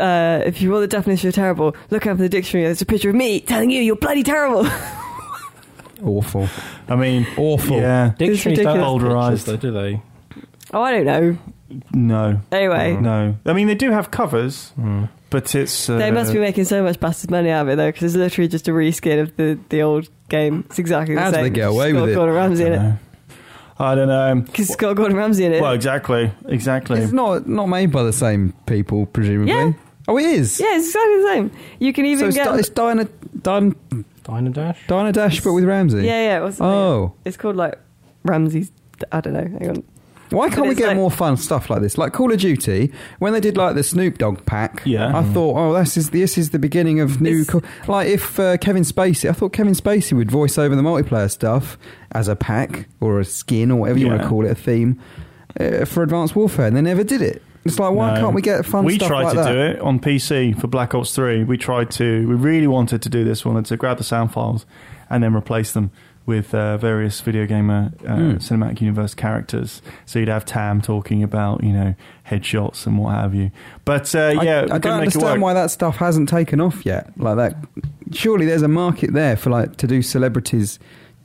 uh, "If you want the definition of terrible, look up in the dictionary. There's a picture of me telling you you're bloody terrible."
awful,
I mean,
awful.
yeah.
Dictionaries don't have
ridiculous.
pictures, though, do they?
oh, I don't know.
No.
Anyway,
Mm-hmm.
No. I mean, they do have covers,
Mm.
but it's. Uh,
they must be making so much bastard money out of it though, because it's literally just a reskin of the the old game. It's exactly the
How do
same.
they get away
It's got
with it?
Gordon Ramsay in it.
I don't know.
Because it's got Gordon Ramsay in it.
Well, exactly. Exactly.
It's not not made by the same people, presumably.
Yeah.
Oh, it is.
yeah, it's exactly the same. You can
So
even
it's,
get
Di- it's Diana, Diana,
Diner Dash?
Diana Dash, but with Ramsey.
yeah, yeah. What's the name?
Oh,
it's called like Ramsay's. I don't know. Hang on.
why can't
But
we
it's
get
like-
more fun stuff like this? Like Call of Duty, when they did like the Snoop Dogg pack.
Yeah. Mm-hmm.
I thought, oh, this is this is the beginning of new.
It's-
Call- like if uh, Kevin Spacey, I thought Kevin Spacey would voice over the multiplayer stuff as a pack or a skin or whatever you want
Yeah.
to call it, a theme uh, for Advanced Warfare, and they never did it. It's like, why
No.
can't we get fun
We
stuff
tried
like
to
that?
do it on PC for Black Ops 3. We tried to, we really wanted to do this, wanted to grab the sound files and then replace them with uh, various video gamer uh,
Hmm.
cinematic universe characters. So you'd have Tam talking about, you know, headshots and what have you. But uh, yeah,
I- I,
we couldn't
don't
make it work.
understand why that stuff hasn't taken off yet. Like that, surely there's a market there for like to do celebrities,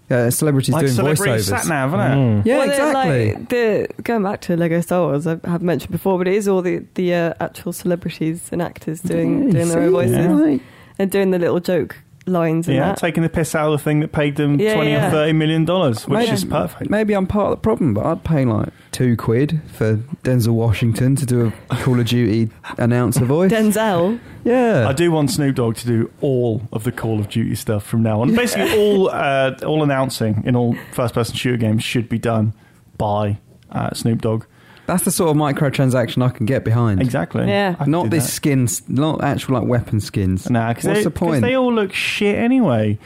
uh, celebrities
like
doing
celebrity
voiceovers. Hmm.
sat nav, isn't it?
Mm.
Yeah,
Well, they're,
exactly.
Like, the going back to Lego Star Wars, I have mentioned before, but it is all the the uh, actual celebrities and actors doing
Yeah,
doing their own
see?
voices
Yeah.
Like,
and doing the little joke lines and
Yeah,
that.
taking the piss out of the thing that paid them
Yeah,
twenty
yeah.
or thirty million dollars, which
Maybe-
is perfect.
Maybe I'm part of the problem, but I'd pay like two quid for Denzel Washington to do a Call of Duty announcer voice.
Denzel,
yeah,
I do want Snoop Dogg to do all of the Call of Duty stuff from now on. Basically, all uh, all announcing in all first-person shooter games should be done by uh, Snoop Dogg.
that's the sort of microtransaction I can get behind.
Exactly.
Yeah.
I could
Not
do
this
that.
skins, not actual like weapon skins.
Nah, because
What's
they,
the
'cause
point?
they all look shit anyway.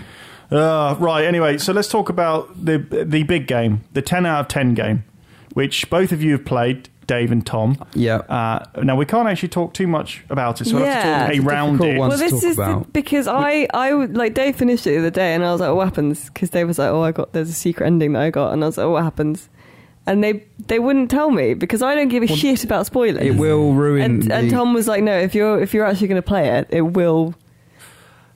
Uh, right. Anyway, so let's talk about the the big game, the ten out of ten game, which both of you have played, Dave and Tom.
yeah,
Uh, now we can't actually talk too much about it, so we'll
Yeah.
have to
It's
talk
a
around
difficult
it.
one.
well,
Let's
this
talk
is the,
about-
because I I would- like Dave finished it the other day, and I was like, oh, "What happens?" Because Dave was like, "Oh, I got there's a secret ending that I got," and I was like, oh, "What happens?" And they they wouldn't tell me because I don't give a shit about spoilers.
it will ruin.
and,
the,
and Tom was like, "No, if you're if you're actually going to play it, it will."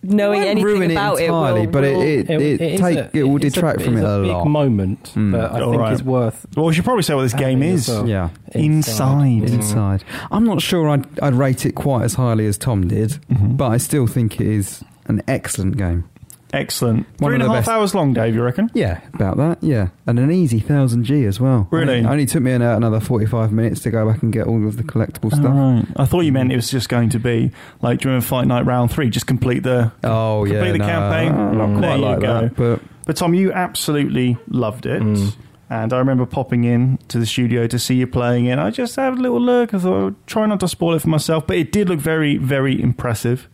Knowing
Won't
anything
ruin it
about it,
entirely,
will-
but it-
will-
it-
is
take- it will
it's
detract from
it's
it a
big
lot.
moment
Mm.
that I
All
think
right.
is worth
Well, we should probably say what this game
having
is.
yourself
Yeah.
Inside. Mm.
inside. I'm not sure I'd, I'd rate it quite as highly as Tom did,
Mm-hmm.
but I still think it is an excellent game.
Excellent.
One
Three and
of
a
the
half
best.
hours long, Dave. You reckon?
Yeah, about that. Yeah, and an easy thousand G as well.
Really?
It only took me an, another forty-five minutes to go back and get all of the collectible
All
stuff.
right. I thought you meant it was just going to be like during Fight Night Round Three, just complete the.
Oh yeah,
Complete the
no,
campaign.
Not
Mm.
quite
There you
like that, but
But Tom, you absolutely loved it.
Mm.
And I remember popping in to the studio to see you playing it. I just had a little look. I thought, I'll try not to spoil it for myself. But it did look very, very impressive.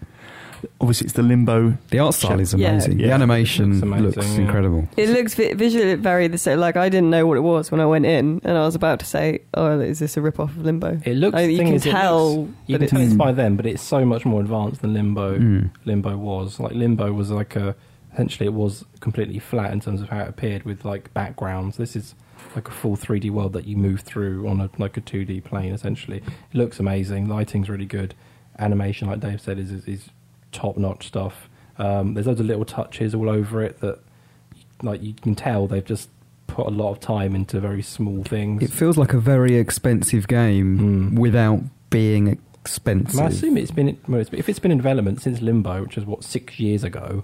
Obviously, it's the limbo.
the art style is
Yeah.
amazing. The
Yeah.
animation
Looks amazing,
looks
yeah.
incredible.
It looks vi- visually very the same. Like I didn't know what it was when I went in, and I was about to say, "Oh, is this a rip-off of Limbo?"
It looks.
I mean, you
thing
can
is, it
tell
looks-
that
you can
it's- Hmm.
tell it's by them, but it's so much more advanced than Limbo.
Mm.
Limbo was like Limbo was like a essentially it was completely flat in terms of how it appeared with like backgrounds. This is like a full 3D world that you move through on a like a 2D plane. Essentially, it looks amazing. Lighting's really good. Animation, like Dave said, is is, is top notch stuff. Um, there's loads of little touches all over it that like you can tell they've just put a lot of time into very small things.
It feels like a very expensive game
Hmm.
Mm.
without being
I mean, I
expensive.
assume it's been well, it's, if it's been in development since Limbo, which is what six years ago.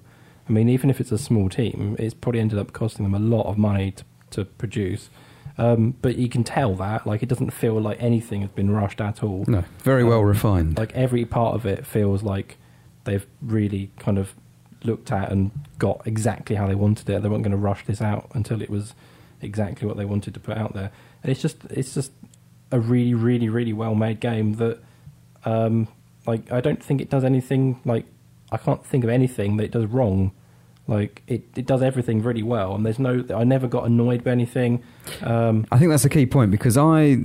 I mean, even if it's a small team, it's probably ended up costing them a lot of money to, to produce. Um, but you can tell that, like, it doesn't feel like anything has been rushed at all.
No, very well refined.
Like every part of it feels like they've really kind of looked at and got exactly how they wanted it. They weren't going to rush this out until it was exactly what they wanted to put out there. And it's just, it's just a really, really, really well made game that, um, like, I don't think it does anything. Like, I can't think of anything that it does wrong. Like, it, it does everything really well, and there's no. I never got annoyed by anything. Um,
I think that's a key point because I,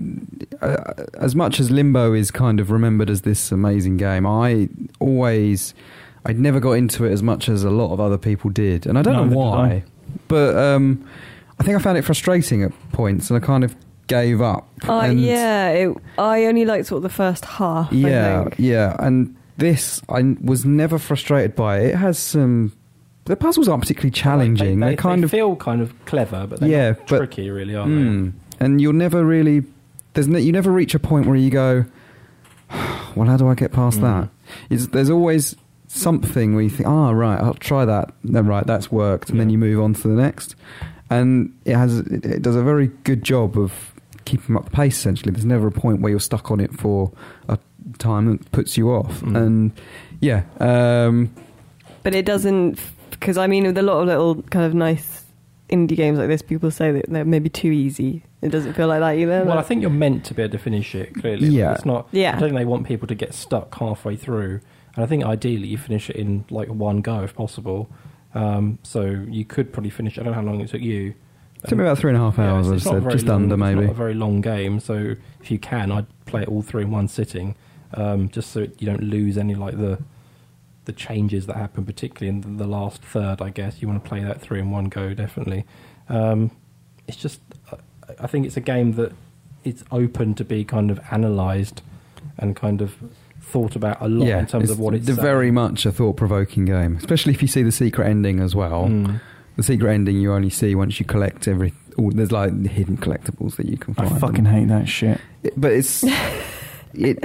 uh, as much as Limbo is kind of remembered as this amazing game, I always, I'd never got into it as much as a lot of other people did, and I don't
No,
know
neither did
why.
I.
But um, I think I found it frustrating at points, and I kind of gave up.
Uh,
and
yeah, it, I only liked sort of the first half. I
yeah,
think.
yeah. And this, I n- was never frustrated by it. It has some. The puzzles aren't particularly challenging. They,
They, they-
are kind
they
of
feel kind of clever, but they're
Yeah,
not
but-
tricky, really, aren't they?
Mm. And you'll never really there's no, you never reach a point where you go, well, how do I get past
Mm.
that? It's, there's always something where you think, ah, right, I'll try that. No, right, that's worked, and then
Yeah.
you move on to the next. And it has it, it does a very good job of keeping up the pace. Essentially, there's never a point where you're stuck on it for a time that puts you off.
Mm.
And yeah, um,
But it doesn't, because I mean, with a lot of little kind of nice indie games like this, people say that they're maybe too easy. It doesn't feel like that either.
Well, I
like-
think you're meant to be able to finish it. Clearly,
Yeah.
It's not.
Yeah.
I don't think they want people to get stuck halfway through. And I think ideally you finish it in like one go if possible. Um, so you could probably finish. I don't know how long it took you.
it took me about three and a half
Yeah,
hours.
it's-
I'd
it's not
said,
very
just
long-
under
It's
maybe.
not a very long game, so if you can, I'd play it all through in one sitting, um, just so you don't lose any like the the changes that happen, particularly in the- the last third. I guess you want to play that through in one go, definitely. Um, it's just, I- I think it's a game that it's open to be kind of analysed and kind of thought about a lot in terms
it's
of what it's
d-
saying.
very much a thought-provoking game, especially if you see the secret ending as well.
Mm.
The secret ending you only see once you collect every. All, there's like hidden collectibles that you can
I
find.
fucking hate that shit.
It- but it's it.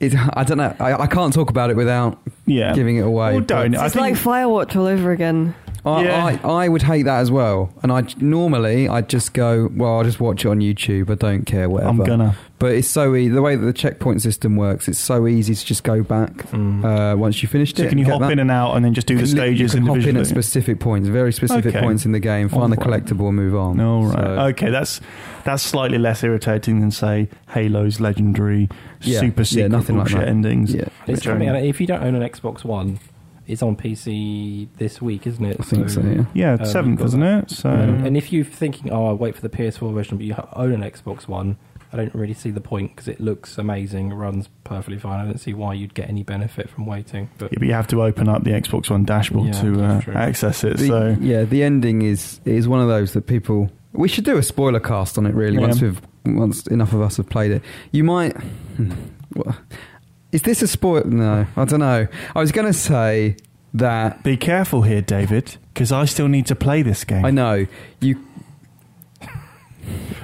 It, I don't know. I, I can't talk about it without
Yeah.
giving it away.
Well, don't.
it's
I think-
like Firewatch all over again.
I,
Yeah.
I, I would hate that as well. And I normally I'd just go, well, I'll just watch it on YouTube. I don't care whatever.
I'm gonna.
But it's so easy. The way that the checkpoint system works, it's so easy to just go back
Hmm.
uh, once you finished
So
it.
can you
get
hop
that.
in and out and then just do the
can li-
stages
you can hop in
individually?
at specific points, very specific
Okay.
points in the game, find the
All right.
collectible and move on.
All right.
So-
okay, that's that's slightly less irritating than say Halo's legendary
Yeah,
super
yeah,
secret
nothing like
bullshit
that.
endings.
Yeah.
It's
Which I-
coming out- if you don't own an Xbox One, it's on PC this week, isn't it?
I think so, yeah.
Yeah,
Um,
seventh,
got
isn't
that.
it? So
Um, and if you're thinking, oh, I'll wait for the PS4 version, but you ha- own an Xbox One, I don't really see the point because it looks amazing, runs perfectly fine. I don't see why you'd get any benefit from waiting. But
Yeah, but you have to open up the Xbox One dashboard
Yeah,
to uh,
true.
access it.
The-
So
yeah, the ending is is one of those that people. We should do a spoiler cast on it. Really,
Yeah.
once we've once enough of us have played it, you might. hmm, what- Is this a spoil? No, I don't know. I was going to say that.
be careful here, David, because I still need to play this game.
I know you.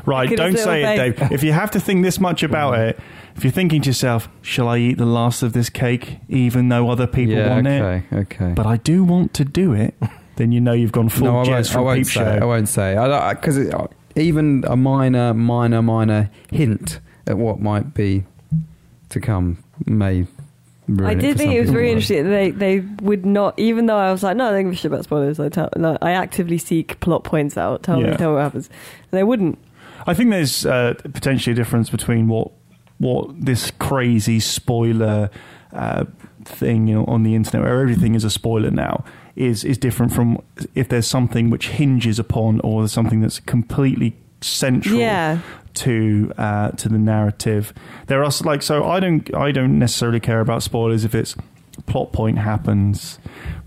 Right,
Look at
don't
his
say
little
it, Dave. If you have to think this much about it, if you're thinking to yourself, shall I eat the last of this cake, even though other people
yeah,
want it?
okay, okay.
But I do want to do it. Then you know you've gone full
no, I
jazz
won't, I
from
won't
Peep
say.
Show.
I won't say. I because even a minor, minor, minor hint at what might be to come may. Ruin
I
it
did
for
think
some
it was
people,
really
though.
interesting. that They they would not, even though I was like, no, I don't give a shit about spoilers. I tell, like, I actively seek plot points out. Tell
Yeah.
me, tell me what happens. And they wouldn't.
I think there's uh, potentially a difference between what what this crazy spoiler uh, thing you know, on the internet, where everything is a spoiler now, is is different from if there's something which hinges upon or there's something that's completely central
Yeah,
to uh, to the narrative. There are s- like so I don't I don't necessarily care about spoilers if it's plot point happens,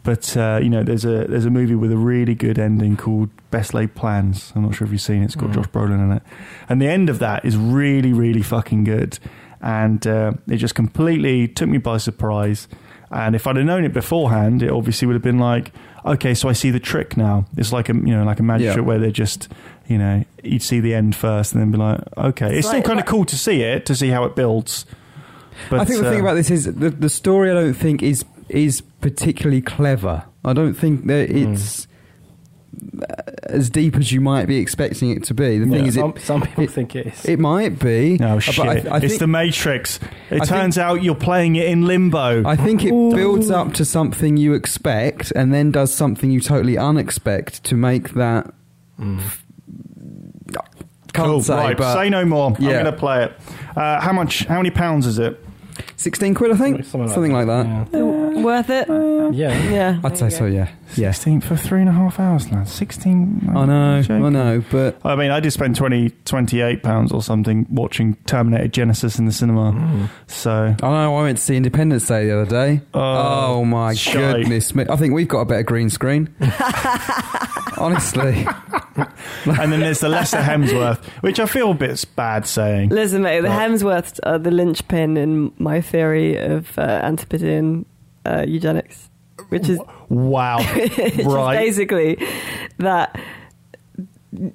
but uh, you know there's a there's a movie with a really good ending called Best Laid Plans. I'm not sure if you've seen it. It's got
Mm.
Josh Brolin in it, and the end of that is really really fucking good, and uh, it just completely took me by surprise. And if I'd have known it beforehand, it obviously would have been like, okay, so I see the trick now. It's like a you know like a magic
Yeah.
trick where they're just you know you'd see the end first and then be like, okay, it's,
It's
still
like-
kind of cool to see it to see how it builds. But
I think the
uh,
thing about this is the, the story. I don't think is is particularly clever. I don't think that
Hmm.
it's uh, as deep as you might be expecting it to be. The thing
Yeah.
is,
some,
it,
some people
it-
think it is.
it might be.
no
but
shit,
I, I
it's
think,
the Matrix. It
I
turns out you're playing it in limbo.
I think it builds up to something you expect, and then does
Mm.
something you totally unexpect to make that can't
Cool.
say,
right,
but
say no more. I'm
Yeah.
going to play it. Uh, how much? How many pounds is it?
16 quid, I think. Something, like that.
Worth it?
Yeah. yeah.
Yeah.
Uh, I'd say so, yeah. Yeah.
Sixteen for three and a half hours now. Sixteen.
I know,
Shake.
I know, but
I mean, I did spend 20, 28 pounds or something watching Terminator Genesis in the cinema.
Hmm.
So
I know I went to see Independence Day the other day.
Oh,
oh my
shite.
goodness me! I think we've got a better green screen. Honestly,
and then there's the lesser Hemsworth, which I feel a bit bad saying.
Listen, mate, the
Right.
Hemsworths are the linchpin in my theory of uh, Antipodean uh, eugenics, which is
Wow.
which is
right.
basically that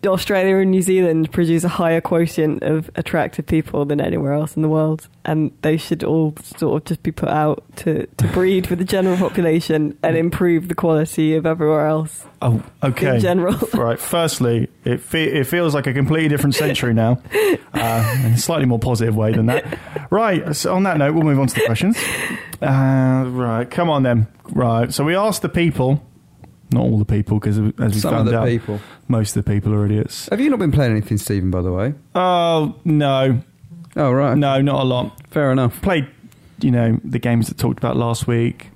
Australia and New Zealand produce a higher quotient of attractive people than anywhere else in the world, and they should all sort of just be put out to, to breed with the general population and improve the quality of everywhere else
Oh, okay.
in general.
Right. Firstly, it fe- it feels like a completely different century now, uh, in a slightly more positive way than that. Right. So on that note, we'll move on to the questions. Uh, right. Come on then. Right. So we asked the people, not all the people, because as we
some of
found
the
out,
people.
most of the people are idiots.
Have you not been playing anything, Stephen? By the way.
Oh no,
Oh right.
no, not a lot.
Fair enough.
Played, you know, the games that talked about last week.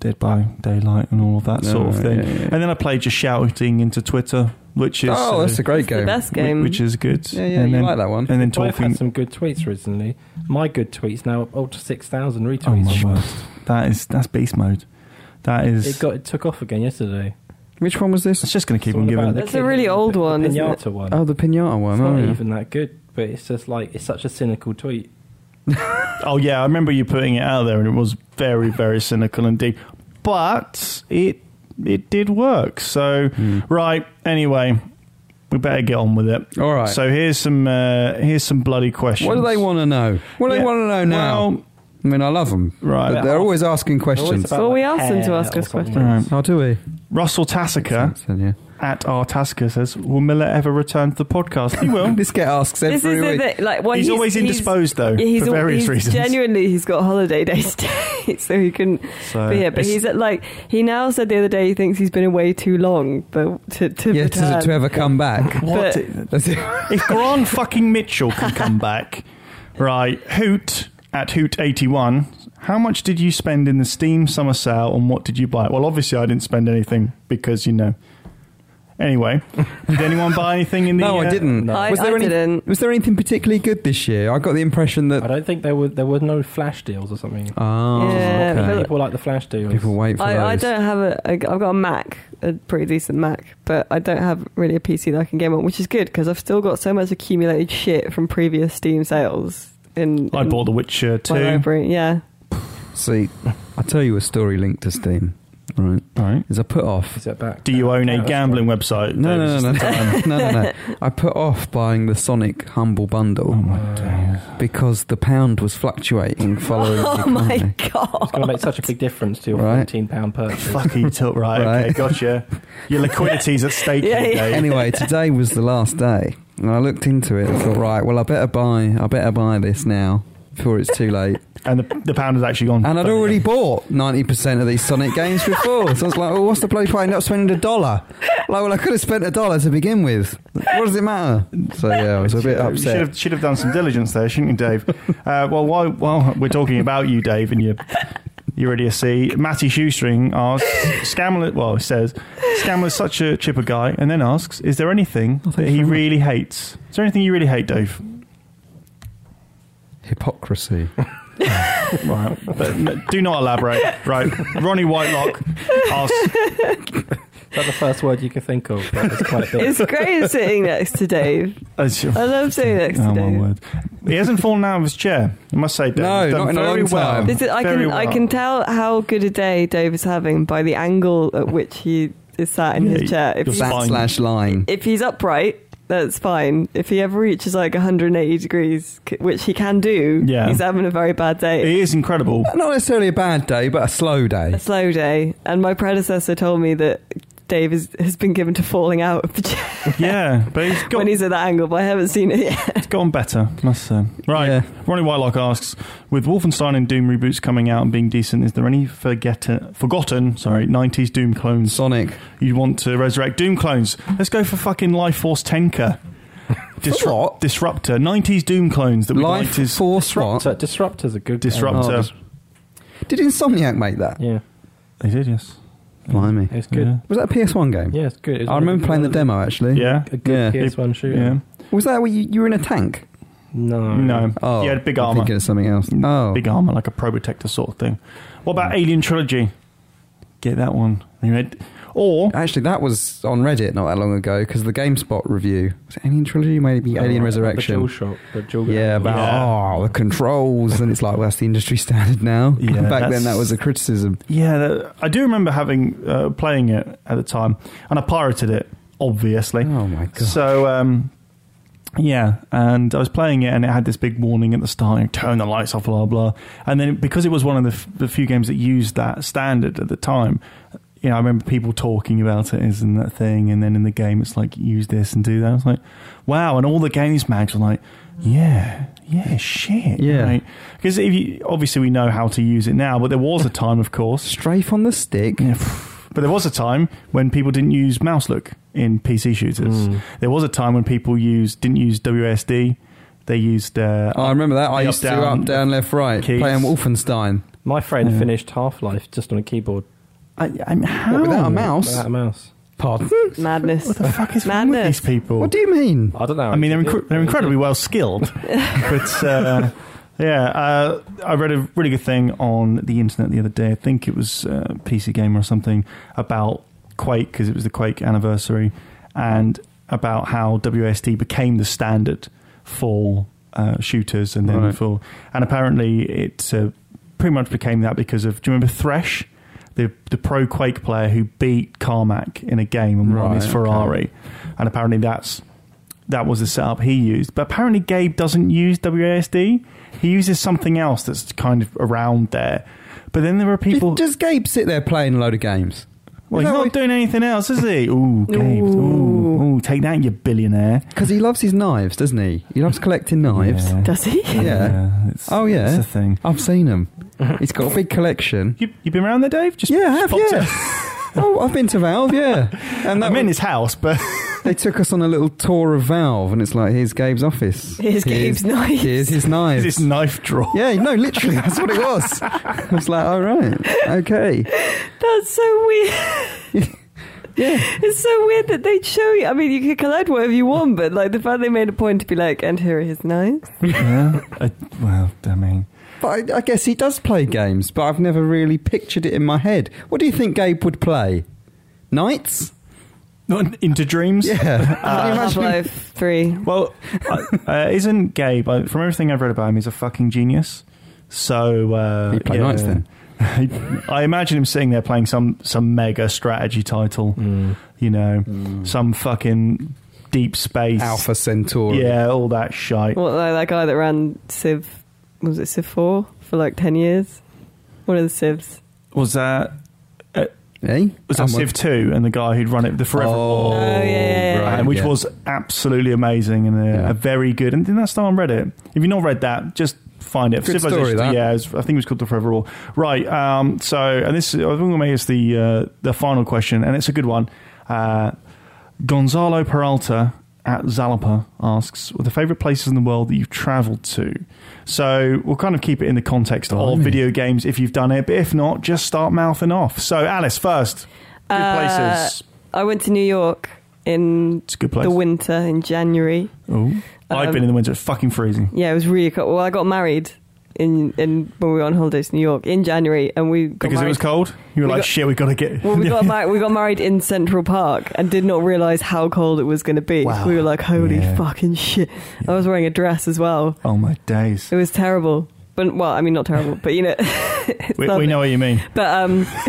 Dead by Daylight and all of that sort of
Oh,
thing,
yeah, yeah, yeah.
and then I played just shouting into Twitter, which is uh,
oh, that's a great
It's the
game.
best
Whi-
game.
which is good.
Yeah, yeah,
and
you
then,
like that one.
And then
Well, I've had
talking.
some good tweets recently. My good tweets now up to 6,000 retweets.
oh my word, that is that's beast mode. That
It
is.
got it took off again yesterday.
Which one was
It's
this?
just going to keep
It's
on
all about
giving.
the
That's a
kid,
really
the-
old
the
one, isn't it?
Pinata one.
Oh, the pinata one.
it's not
oh, yeah.
even that good, but it's just like it's such a cynical tweet.
Oh yeah, I remember you putting it out there, and it was very, very cynical indeed. But it it did work. So
Hmm.
right, anyway, we better get on with it.
All right.
So here's some uh, here's some bloody questions.
What do they want to know? What do
Yeah.
they want to know now?
Well-
I mean, I love them.
Right.
But they're always asking
They're always
questions.
about,
Well, we
like,
asked them to
hair
ask
or
us
something.
questions.
oh, do we?
Russell Tassica
So, yeah.
at R Tassica says, "Will Miller ever return to the podcast?" He will.
This get asked every
this is the
week.
thing, like well,
He's always indisposed, though,
yeah, he's
for
al-
various
he's
reasons.
Genuinely, he's got holiday days today, so he couldn't
So,
be here. But
it's-
he's at, like he now said the other day he thinks he's been away too long, but to to
yeah, to,
return.
to ever come back.
What?
But-
That's it.
if Gran fucking Mitchell can come back, right? Hoot at Hoot eighty one. How much did you spend in the Steam summer sale, and what did you buy? Well, obviously I didn't spend anything because you know. Anyway, did anyone buy anything in the?
No, I
uh,
didn't.
no.
I-
was there
I
any-
didn't.
Was there anything particularly good this year? I got the impression
I
that.
don't think there were there were no flash deals or something.
Oh,
Yeah,
okay.
People like the flash deals.
People wait for
I, I
those.
don't have a. I- I've got a Mac, a pretty decent Mac, but I don't have really a PC that I can game on, which is good because I've still got so much accumulated shit from previous Steam sales. In,
I
in
bought The Witcher
my
two.
library. Yeah,
See, I'll tell you a story linked to Steam. Right.
Right.
Is I put off.
Is it back?
Do you own a
Yeah,
gambling website?
No,
Davis?
no, no, no, no, no, no. I put off buying the Sonic Humble
Oh
Bundle because the pound was fluctuating following the
Oh my
economy.
god!
It's going to make such a big difference to your
Right.
fourteen pound purchase.
Fucking tilt right, okay,
Right.
gotcha. Your liquidity's at stake
Yeah,
here,
yeah.
Dave.
Anyway, today was the last day, and I looked into it and thought, right, well, I better buy, I better buy this now before it's too late.
And the, the pound has actually gone.
And I'd already bought ninety percent of these Sonic games before, so I was like, well, what's the bloody point? Not spending a dollar. Like, well, I could have spent a dollar to begin with. What does it matter? So yeah, I was a bit
You Should
upset.
have, should have done some diligence there, shouldn't you, Dave? Uh, well, while, while we're talking about you, Dave, and your your idiocy, Matty Shoestring asks, Scamler, well, he says, Scamler's such a chipper guy, and then asks, is there anything that he really hates? Is there anything you really hate, Dave?
Hypocrisy.
Right. But n- do not elaborate. Right. Ronnie Whitelock asks,
Is that the first word you could think of? That was quite big.
It's great sitting next to Dave. I love sitting next
Oh
to
my
Dave.
word! He hasn't fallen out of his chair. I must say, Dave.
No,
He's done
not in a
very
long
well.
time.
This is, I
Very
can I
well.
can tell how good a day Dave is having by the angle at which he is sat in
Yeah,
his chair. If
you're
he's,
sat-
Backslash slash line.
if he's upright, that's fine. If he ever reaches like 180 degrees, c- which he can do,
Yeah.
he's having a very bad day.
It is incredible.
Not necessarily a bad day, but a slow
a
day.
slow day. And my predecessor told me that Dave is, has been given to falling out of the chair
Yeah, but he's got,
when he's at that angle, but I haven't seen it yet.
It's gotten better, must say. Right.
uh, Yeah.
Ronnie Whitelock asks, with Wolfenstein and Doom reboots coming out and being decent, is there any forget- forgotten, sorry, 90s Doom clones
Sonic.
you want to resurrect? Doom clones. Let's go for fucking Life Force Tenka. Disrupt, disruptor, nineties Doom clones that we
Life
liked is
Force what?
So Disruptor's a good
Disruptor.
Oh, dis- Did Insomniac make that?
game. Yeah,
they did, yes.
Blimey.
it's good.
Yeah.
Yeah,
Was that a PS1 game?
it's good. It's
I remember playing the demo actually.
Yeah.
A good
Yeah.
PS1 shooter.
Yeah.
Was that where you, you were in a tank?
No,
No.
Oh,
he had big
I'm
armor.
thinking of something else. Oh,
Big armor, like a Probotector sort of thing. What about Alien Trilogy? Get that one. You had- Or
Actually, that was on Reddit not that long ago because the GameSpot review was it Alien Trilogy, maybe
Oh,
Alien
The
Resurrection.
DualShock, the dual
Yeah, about oh the controls, and it's like well, that's the industry standard now.
Yeah,
Back
that's-
then, that was a criticism.
Yeah, that- I do remember having uh, playing it at the time, and I pirated it, obviously.
Oh my god!
So, um, yeah, and I was playing it, and it had this big warning at the start: you know, turn the lights off, blah blah. And then because it was one of the, f- the few games that used that standard at the time, you know, I remember people talking about it, isn't that thing? And then in the game, it's like use this and do that. I was like, wow! And all the games mags were like, yeah. Yeah, shit.
Yeah.
Because if you, obviously we know how to use it now, but there was a time, of course,
Strafe on the stick.
yeah, but there was a time when people didn't use mouse look in PC shooters.
Mm.
There was a time when people used didn't use WSD. They used uh,
Oh, I remember that. I
Up,
used to
down,
up, down, left, right,
keys.
playing Wolfenstein
My friend
Yeah.
finished Half Life just on a keyboard
I, I mean, how?
What, without a mouse.
without a mouse.
Pardon?
Madness.
What the fuck is wrong with these
Madness.
people?
Hmm, What do you mean?
I don't know.
I mean, they're
It-
incre- they're
it-
incredibly well skilled, but uh, yeah, uh, I read a really good thing on the internet the other day. I think it was uh, PC Gamer or something about Quake because it was the Quake anniversary, and about how WSD became the standard for uh, shooters, and then
Right.
for and apparently it uh, pretty much became that because of. Do you remember Thresh? The, the pro Quake player who beat Carmack in a game and won
Right,
his
okay.
Ferrari, and apparently that's that was the setup he used. But apparently, Gabe doesn't use WASD. He uses something else that's kind of around there. But then there are people.
Does Gabe sit there playing a load of games?
well, he's
no, we-
not doing anything else, is he? Ooh, Gabe. Ooh,
Ooh.
ooh, take that, you billionaire.
Because he loves his knives, doesn't he? He loves collecting knives.
Yeah.
Does he?
Yeah.
it's,
Oh, yeah.
It's a thing.
I've seen him. He's got a big collection.
You, Uh-huh. you been around there, Dave? Just
Yeah, I have,
popped
yeah.
in.
oh, I've been to Valve, yeah. And that
I'm in his
means
house, but
they took us on a little tour of Valve, and it's like, here's Gabe's office.
Here's Gabe's knives.
Here's his knives.
his knife drawer.
yeah, no, literally, that's what it was. I was like, all right, okay.
That's so weird.
Yeah.
It's so weird that they'd show you. I mean, you could collect whatever you want, but like the fact they made a point to be like, and here are his knives.
Yeah. I, Uh, well, I mean,
But I, I guess he does play games, but I've never really pictured it in my head. What do you think Gabe would play? Knights?
not into dreams.
Yeah.
Uh, Half-Life 3.
Well, uh, uh, isn't Gabe? Uh, from everything I've read about him, he's a fucking genius. So uh,
He'd play Knights then.
I imagine him sitting there playing some some mega strategy title. You know, some fucking deep space
Alpha Centauri.
Yeah, all that shite.
What, like that guy that ran Civ, was it Civ 4 for like 10 years? One of the Civs.
Was that
Eh?
was that
Someone-
Civ two and the guy who'd run it, the Forever War,
Oh, yeah, yeah, yeah.
and which
yeah.
was absolutely amazing and a,
Yeah.
a very good. And didn't that start on Reddit? If you've not read that, just find it.
Good story,
Civilization-
that.
Yeah, it was- I think it was called the Forever War. Right. Um, so, and this I think we'll make this the uh, the final question, and it's a good one. Uh, Gonzalo Peralta at Zalapa asks, "What are the favorite places in the world that you've traveled to?" So we'll kind of keep it in the context of
Blimey.
video games if you've done it, but if not, just start mouthing off. So, Alice first. Good
Uh,
places.
I went to New York in
It's a good place.
the winter in January.
Ooh. I've
Um,
been in the winter. It's fucking freezing.
Yeah, it was really cold. Well, I got married in, in when we were on holidays to New York in January, and we got
Because
married.
it was cold? You were
We
like,
got-
shit, we got to get...
Well, we got mar- we got married in Central Park and did not realize how cold it was going to be.
Wow.
We were like, "Holy
Yeah.
fucking shit!" I was wearing a dress as well.
oh, my days.
It was terrible. But well, I mean, not terrible, but you know, it's
We, we
lovely.
know what you mean.
But um,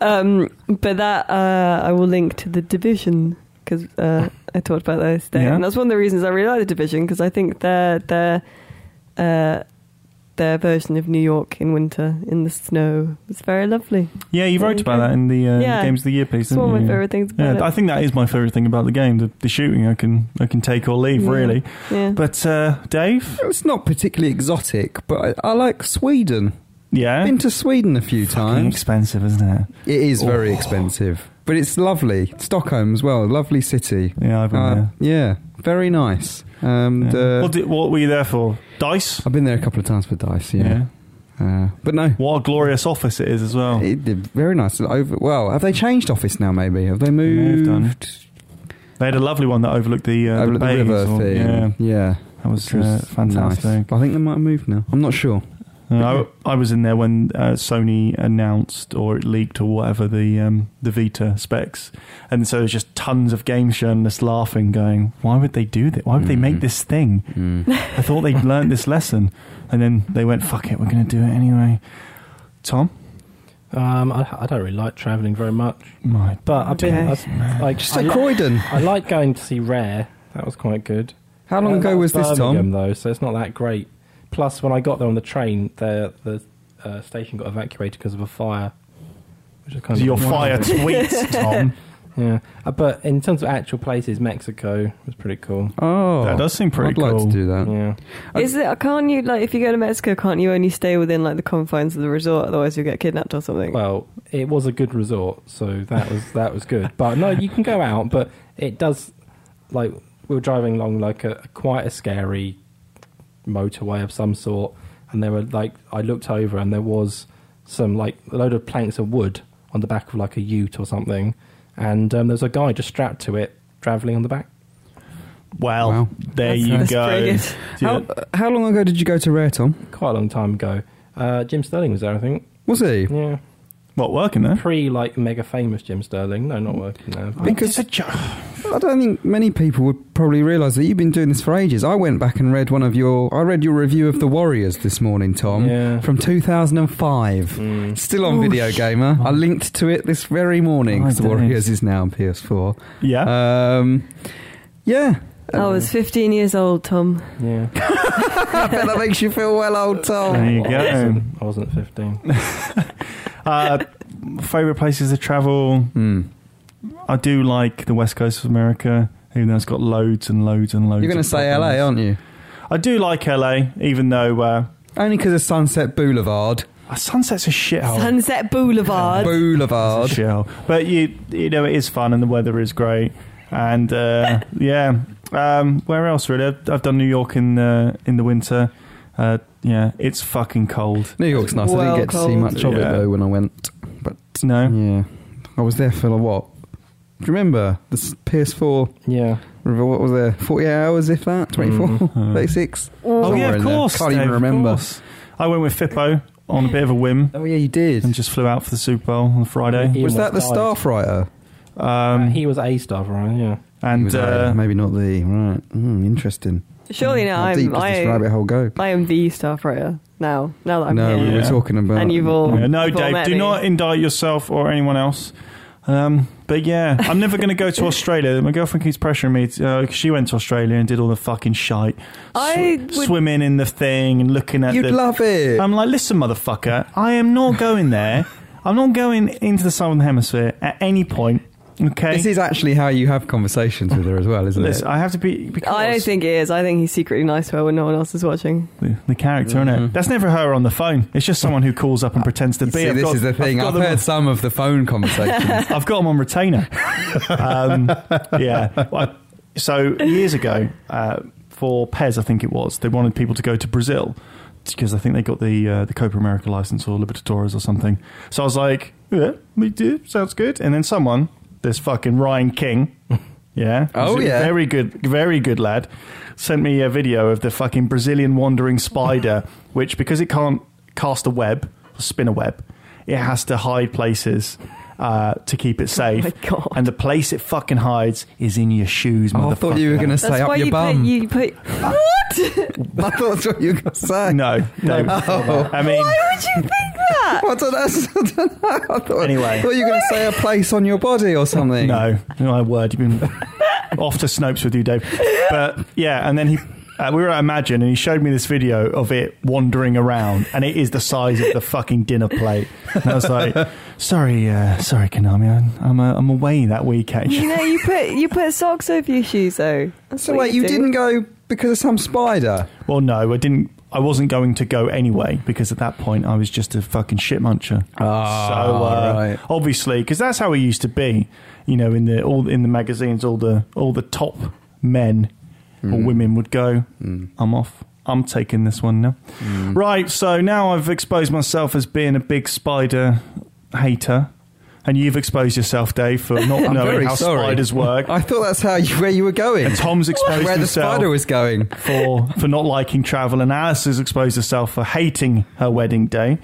um, but that uh, I will link to the division because uh, I talked about that today,
Yeah.
and that's one of the reasons I really like the division because I think their their uh, their version of New York in winter in the snow was very lovely.
Yeah, you
There
wrote
you
about
go.
that in the uh,
Yeah.
Games of the Year piece,
It's
didn't
one of my
you?
favorite things about
Yeah, I
it.
think that is my favourite thing about the game, the, the shooting. I can I can take or leave,
Yeah.
really.
Yeah.
But, uh, Dave?
It's not particularly exotic, but I, I like Sweden.
Yeah.
Been to Sweden a few
Eh? Fucking
times.
expensive, isn't it?
It is very
Oh.
expensive, but it's lovely. Stockholm as well, lovely city.
Yeah, I've been
Uh,
there.
yeah, very nice. And
Yeah.
uh,
what, did, what were you there for? Dice?
I've been there a couple of times for dice. Yeah, Uh, but no,
What a glorious office it is as well.
it, they're very nice. Over well, have they changed office now? Maybe have they
may have
moved?
done. They had a lovely one that overlooked the, uh,
Over
the
the
bays
river
or-
thing.
Yeah,
Yeah,
that was,
which was
uh, fantastic.
nice. I think they might have moved now. I'm not sure.
Uh, I, I was in there when uh, Sony announced or it leaked or whatever the um, the Vita specs, and so there's just tons of game journalists laughing, going, "Why would they do that? Why would they make
Mhm.
this thing?
Hmm.
Mm.
I thought they'd learned this lesson." And then they went, "Fuck it, we're going to do it anyway." Tom,
Um, I, I don't really like travelling very much,
my
but I've
Eh.
been
Okay.
I've, like
Just
I,
say
li-
Croydon.
I like going to see Rare. That was quite good.
How long
Uh, that
ago was this,
Birmingham,
Tom?
Though, so it's not that great. Plus, when I got there on the train, the the uh, station got evacuated because of a fire, which is kind of
your fire
annoying.
tweets, Tom.
Yeah, uh, but in terms of actual places, Mexico was pretty cool.
Oh,
That does seem pretty
I'd like
cool.
to do that.
Yeah,
Is it? Can't you like if you go to Mexico? Can't you only stay within like the confines of the resort? Otherwise, you'll get kidnapped or something.
well, it was a good resort, so that was that was good. But no, you can go out, but it does like we were driving along like a quite a scary motorway of some sort, and there were like I looked over and there was some like a load of planks of wood on the back of like a Ute or something, and um, there was a guy just strapped to it, traveling on the back.
Well,
Wow.
there
That's-
you
that's
go.
pretty good.
Yeah.
How, how long ago did you go to Rare, Tom?
Quite a long time ago. Uh, Jim Sterling was there, I think.
Was he?
Yeah.
What working there?
pre like mega famous Jim Sterling. No, not working there. but-
Because-
It's a joke.
I don't think many people would probably realise that you've been doing this for ages. I went back and read one of your. I read your review of the Warriors this morning, Tom,
Yeah.
from 2005.
Mm.
Still on Video Gamer. I linked to it this very morning.
My
'cause the
days.
Warriors is now on PS4.
Yeah.
Um, yeah,
I was 15 years old, Tom.
yeah.
I bet that makes you feel well, old
There
Tom.
you
I
go.
wasn't- Oh. I wasn't 15.
Uh, favorite places to travel.
Hmm.
I do like the west coast of America, even though it's got loads and loads and loads.
You're going
of
to say
problems.
LA, aren't you?
I do like LA, even though uh,
Only because of Sunset Boulevard.
uh, Sunset's a shithole.
Sunset Boulevard.
It's a
Boulevard.
shithole, but you you know it is fun and the weather is great, and uh, yeah. Um, where else really? I've, I've done New York in uh, in the winter. Uh, yeah, it's fucking cold.
New York's nice. I
Well
didn't get to see
cold.
much of
Yeah.
it though when I went. But
No,
yeah, I was there for like, what? Do you remember the s- PS4?
Yeah.
Remember what was there? 48 hours, if that? 24?
Mhm.
36?
oh
Somewhere
yeah,
in
of
there.
course.
Can't
Dave,
even
of
remember.
course. I went with Fippo on a bit of a whim
Oh, yeah, you did.
and just flew out for the Super Bowl on Friday.
He
was that the
almost died.
staff writer?
Um,
he was a star, right? Yeah.
He
and
was A,
uh,
maybe not the. Right. Mm, interesting.
Surely now
How deep
I'm
does
I,
this rabbit hole go?
I am the staff writer now. Now that I'm
no, we
here.
were
Yeah.
talking about.
And you've all-
Yeah, no,
Before
Dave, do
Maddie.
not indict yourself or anyone else. Um, but yeah, I'm never going to go to Australia. My girlfriend keeps pressuring me. To, uh, 'cause she went to Australia and did all the fucking shite.
I would-
swimming in the thing and looking at
You'd
the.
love it.
I'm like, listen, motherfucker, I am not going there. I'm not going into the southern hemisphere at any point. Okay,
this is actually how you have conversations with her as well, isn't
Listen,
it?
I have to be. Because
I don't think it is. I think he's secretly nice to her when no one else is watching.
the, the character, innit? That's never her on the phone. It's just someone who calls up and pretends to be.
Mm-hmm. See,
I've
this
got-
is the thing.
got
I've,
them on-
heard some of the phone conversations.
I've got them on retainer. Um, yeah. Well, I- so years ago, uh, for Pez, I think it was, they wanted people to go to Brazil because I think they got the uh, the Copa America license or Libertadores or something. So I was like, yeah, me too. Sounds good. And then someone, this fucking Ryan King. Yeah.
Oh,
He's a
yeah.
Very good, very good lad. Sent me a video of the fucking Brazilian wandering spider, which because it can't cast a web, or spin a web, it has to hide places uh, to keep it safe.
my God.
And the place it fucking hides is in your shoes,
I
motherfucker.
thought you were going to
That's
say
why
up your
you
bum.
put you put. what?
I thought that's what you were going to say.
No, no.
Oh.
I mean,
Why would you think that?
I don't know. I don't know. I thought,
Anyway.
I thought you were going to say a place on your body or something.
no, my word, you've been off to Snopes with you, Dave. But yeah, and then he. Uh, we were at Imagine and he showed me this video of it wandering around and it is the size of the fucking dinner plate. And I was like, sorry, uh, sorry, Konami, I'm, I'm, uh, I'm away that week actually.
You know, you put you put socks over your shoes though. That's
So
what
wait, you
do.
didn't go because of some spider?
Well, no, I didn't. I wasn't going to go anyway because at that point I was just a fucking shit muncher.
Ah, right.
obviously, because that's how we used to be, you know, in the all in the magazines, all the all the top men
Mm.
or women would go, "I'm off. I'm taking this one now."
Mm.
Right. So now I've exposed myself as being a big spider hater. And you've exposed yourself, Dave, for not knowing
very
how
sorry.
spiders work.
I thought that's how you, where you were going.
Tom's exposed
where the
himself
spider was going.
for for not liking travel, and Alice has exposed herself for hating her wedding day.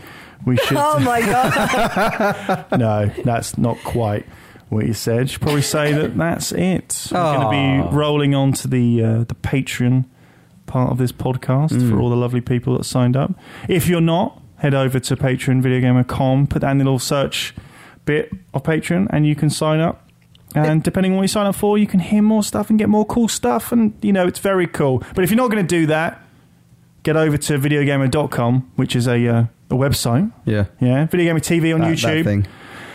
We should
Oh my god!
no, that's not quite what you said. You should probably say that that's it. We're going to
Aw.
be rolling on to the uh, the Patreon part of this podcast
Mm.
for all the lovely people that signed up. If you're not, head over to patreonvideogamer.com, put that in the little search bit of Patreon, and you can sign up. And depending on what you sign up for, you can hear more stuff and get more cool stuff. And, you know, it's very cool. But if you're not going to do that, get over to videogamer.com, which is a, uh, a website.
Yeah.
Yeah. Videogamer TV on
That- that
YouTube.
thing.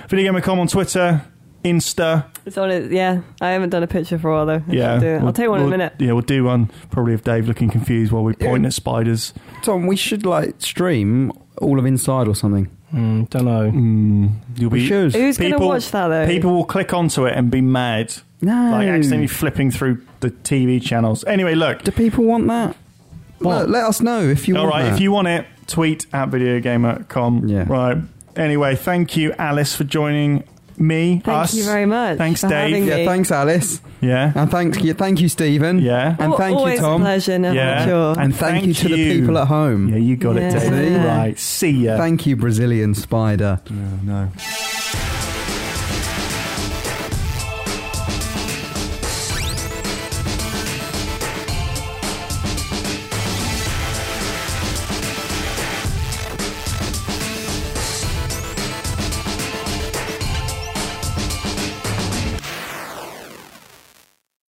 Videogamer.com on Twitter, Insta.
It's on it. Yeah, I haven't done a picture for a while though. I
Yeah,
should do it. I'll take one in a
We'll-
minute.
Yeah, we'll do one probably of Dave looking confused while we point at spiders.
Tom, we should like stream all of Inside or something.
Mm, don't know.
You'll
We should.
Who's going to watch that though?
People will click onto it and be mad,
No.
like accidentally flipping through the TV channels. Anyway, look.
Do people want that?
What?
Let, let us know if you
All
want
right,
that.
if you want it, tweet at videogamer.com.
Yeah.
Right. Anyway, thank you, Alice, for joining me.
Thank
us.
you very much.
Thanks,
for
Dave.
having
yeah,
me.
thanks, Alice.
Yeah.
And thank you, thank you, Stephen.
Yeah.
And
Al-
thank you,
Always
Tom.
A pleasure. Never
Yeah.
sure.
And
And thank,
thank
you to
you.
the people at home.
Yeah, you got
Yeah.
it, Dave.
See?
Right. See ya.
Thank you, Brazilian spider.
no.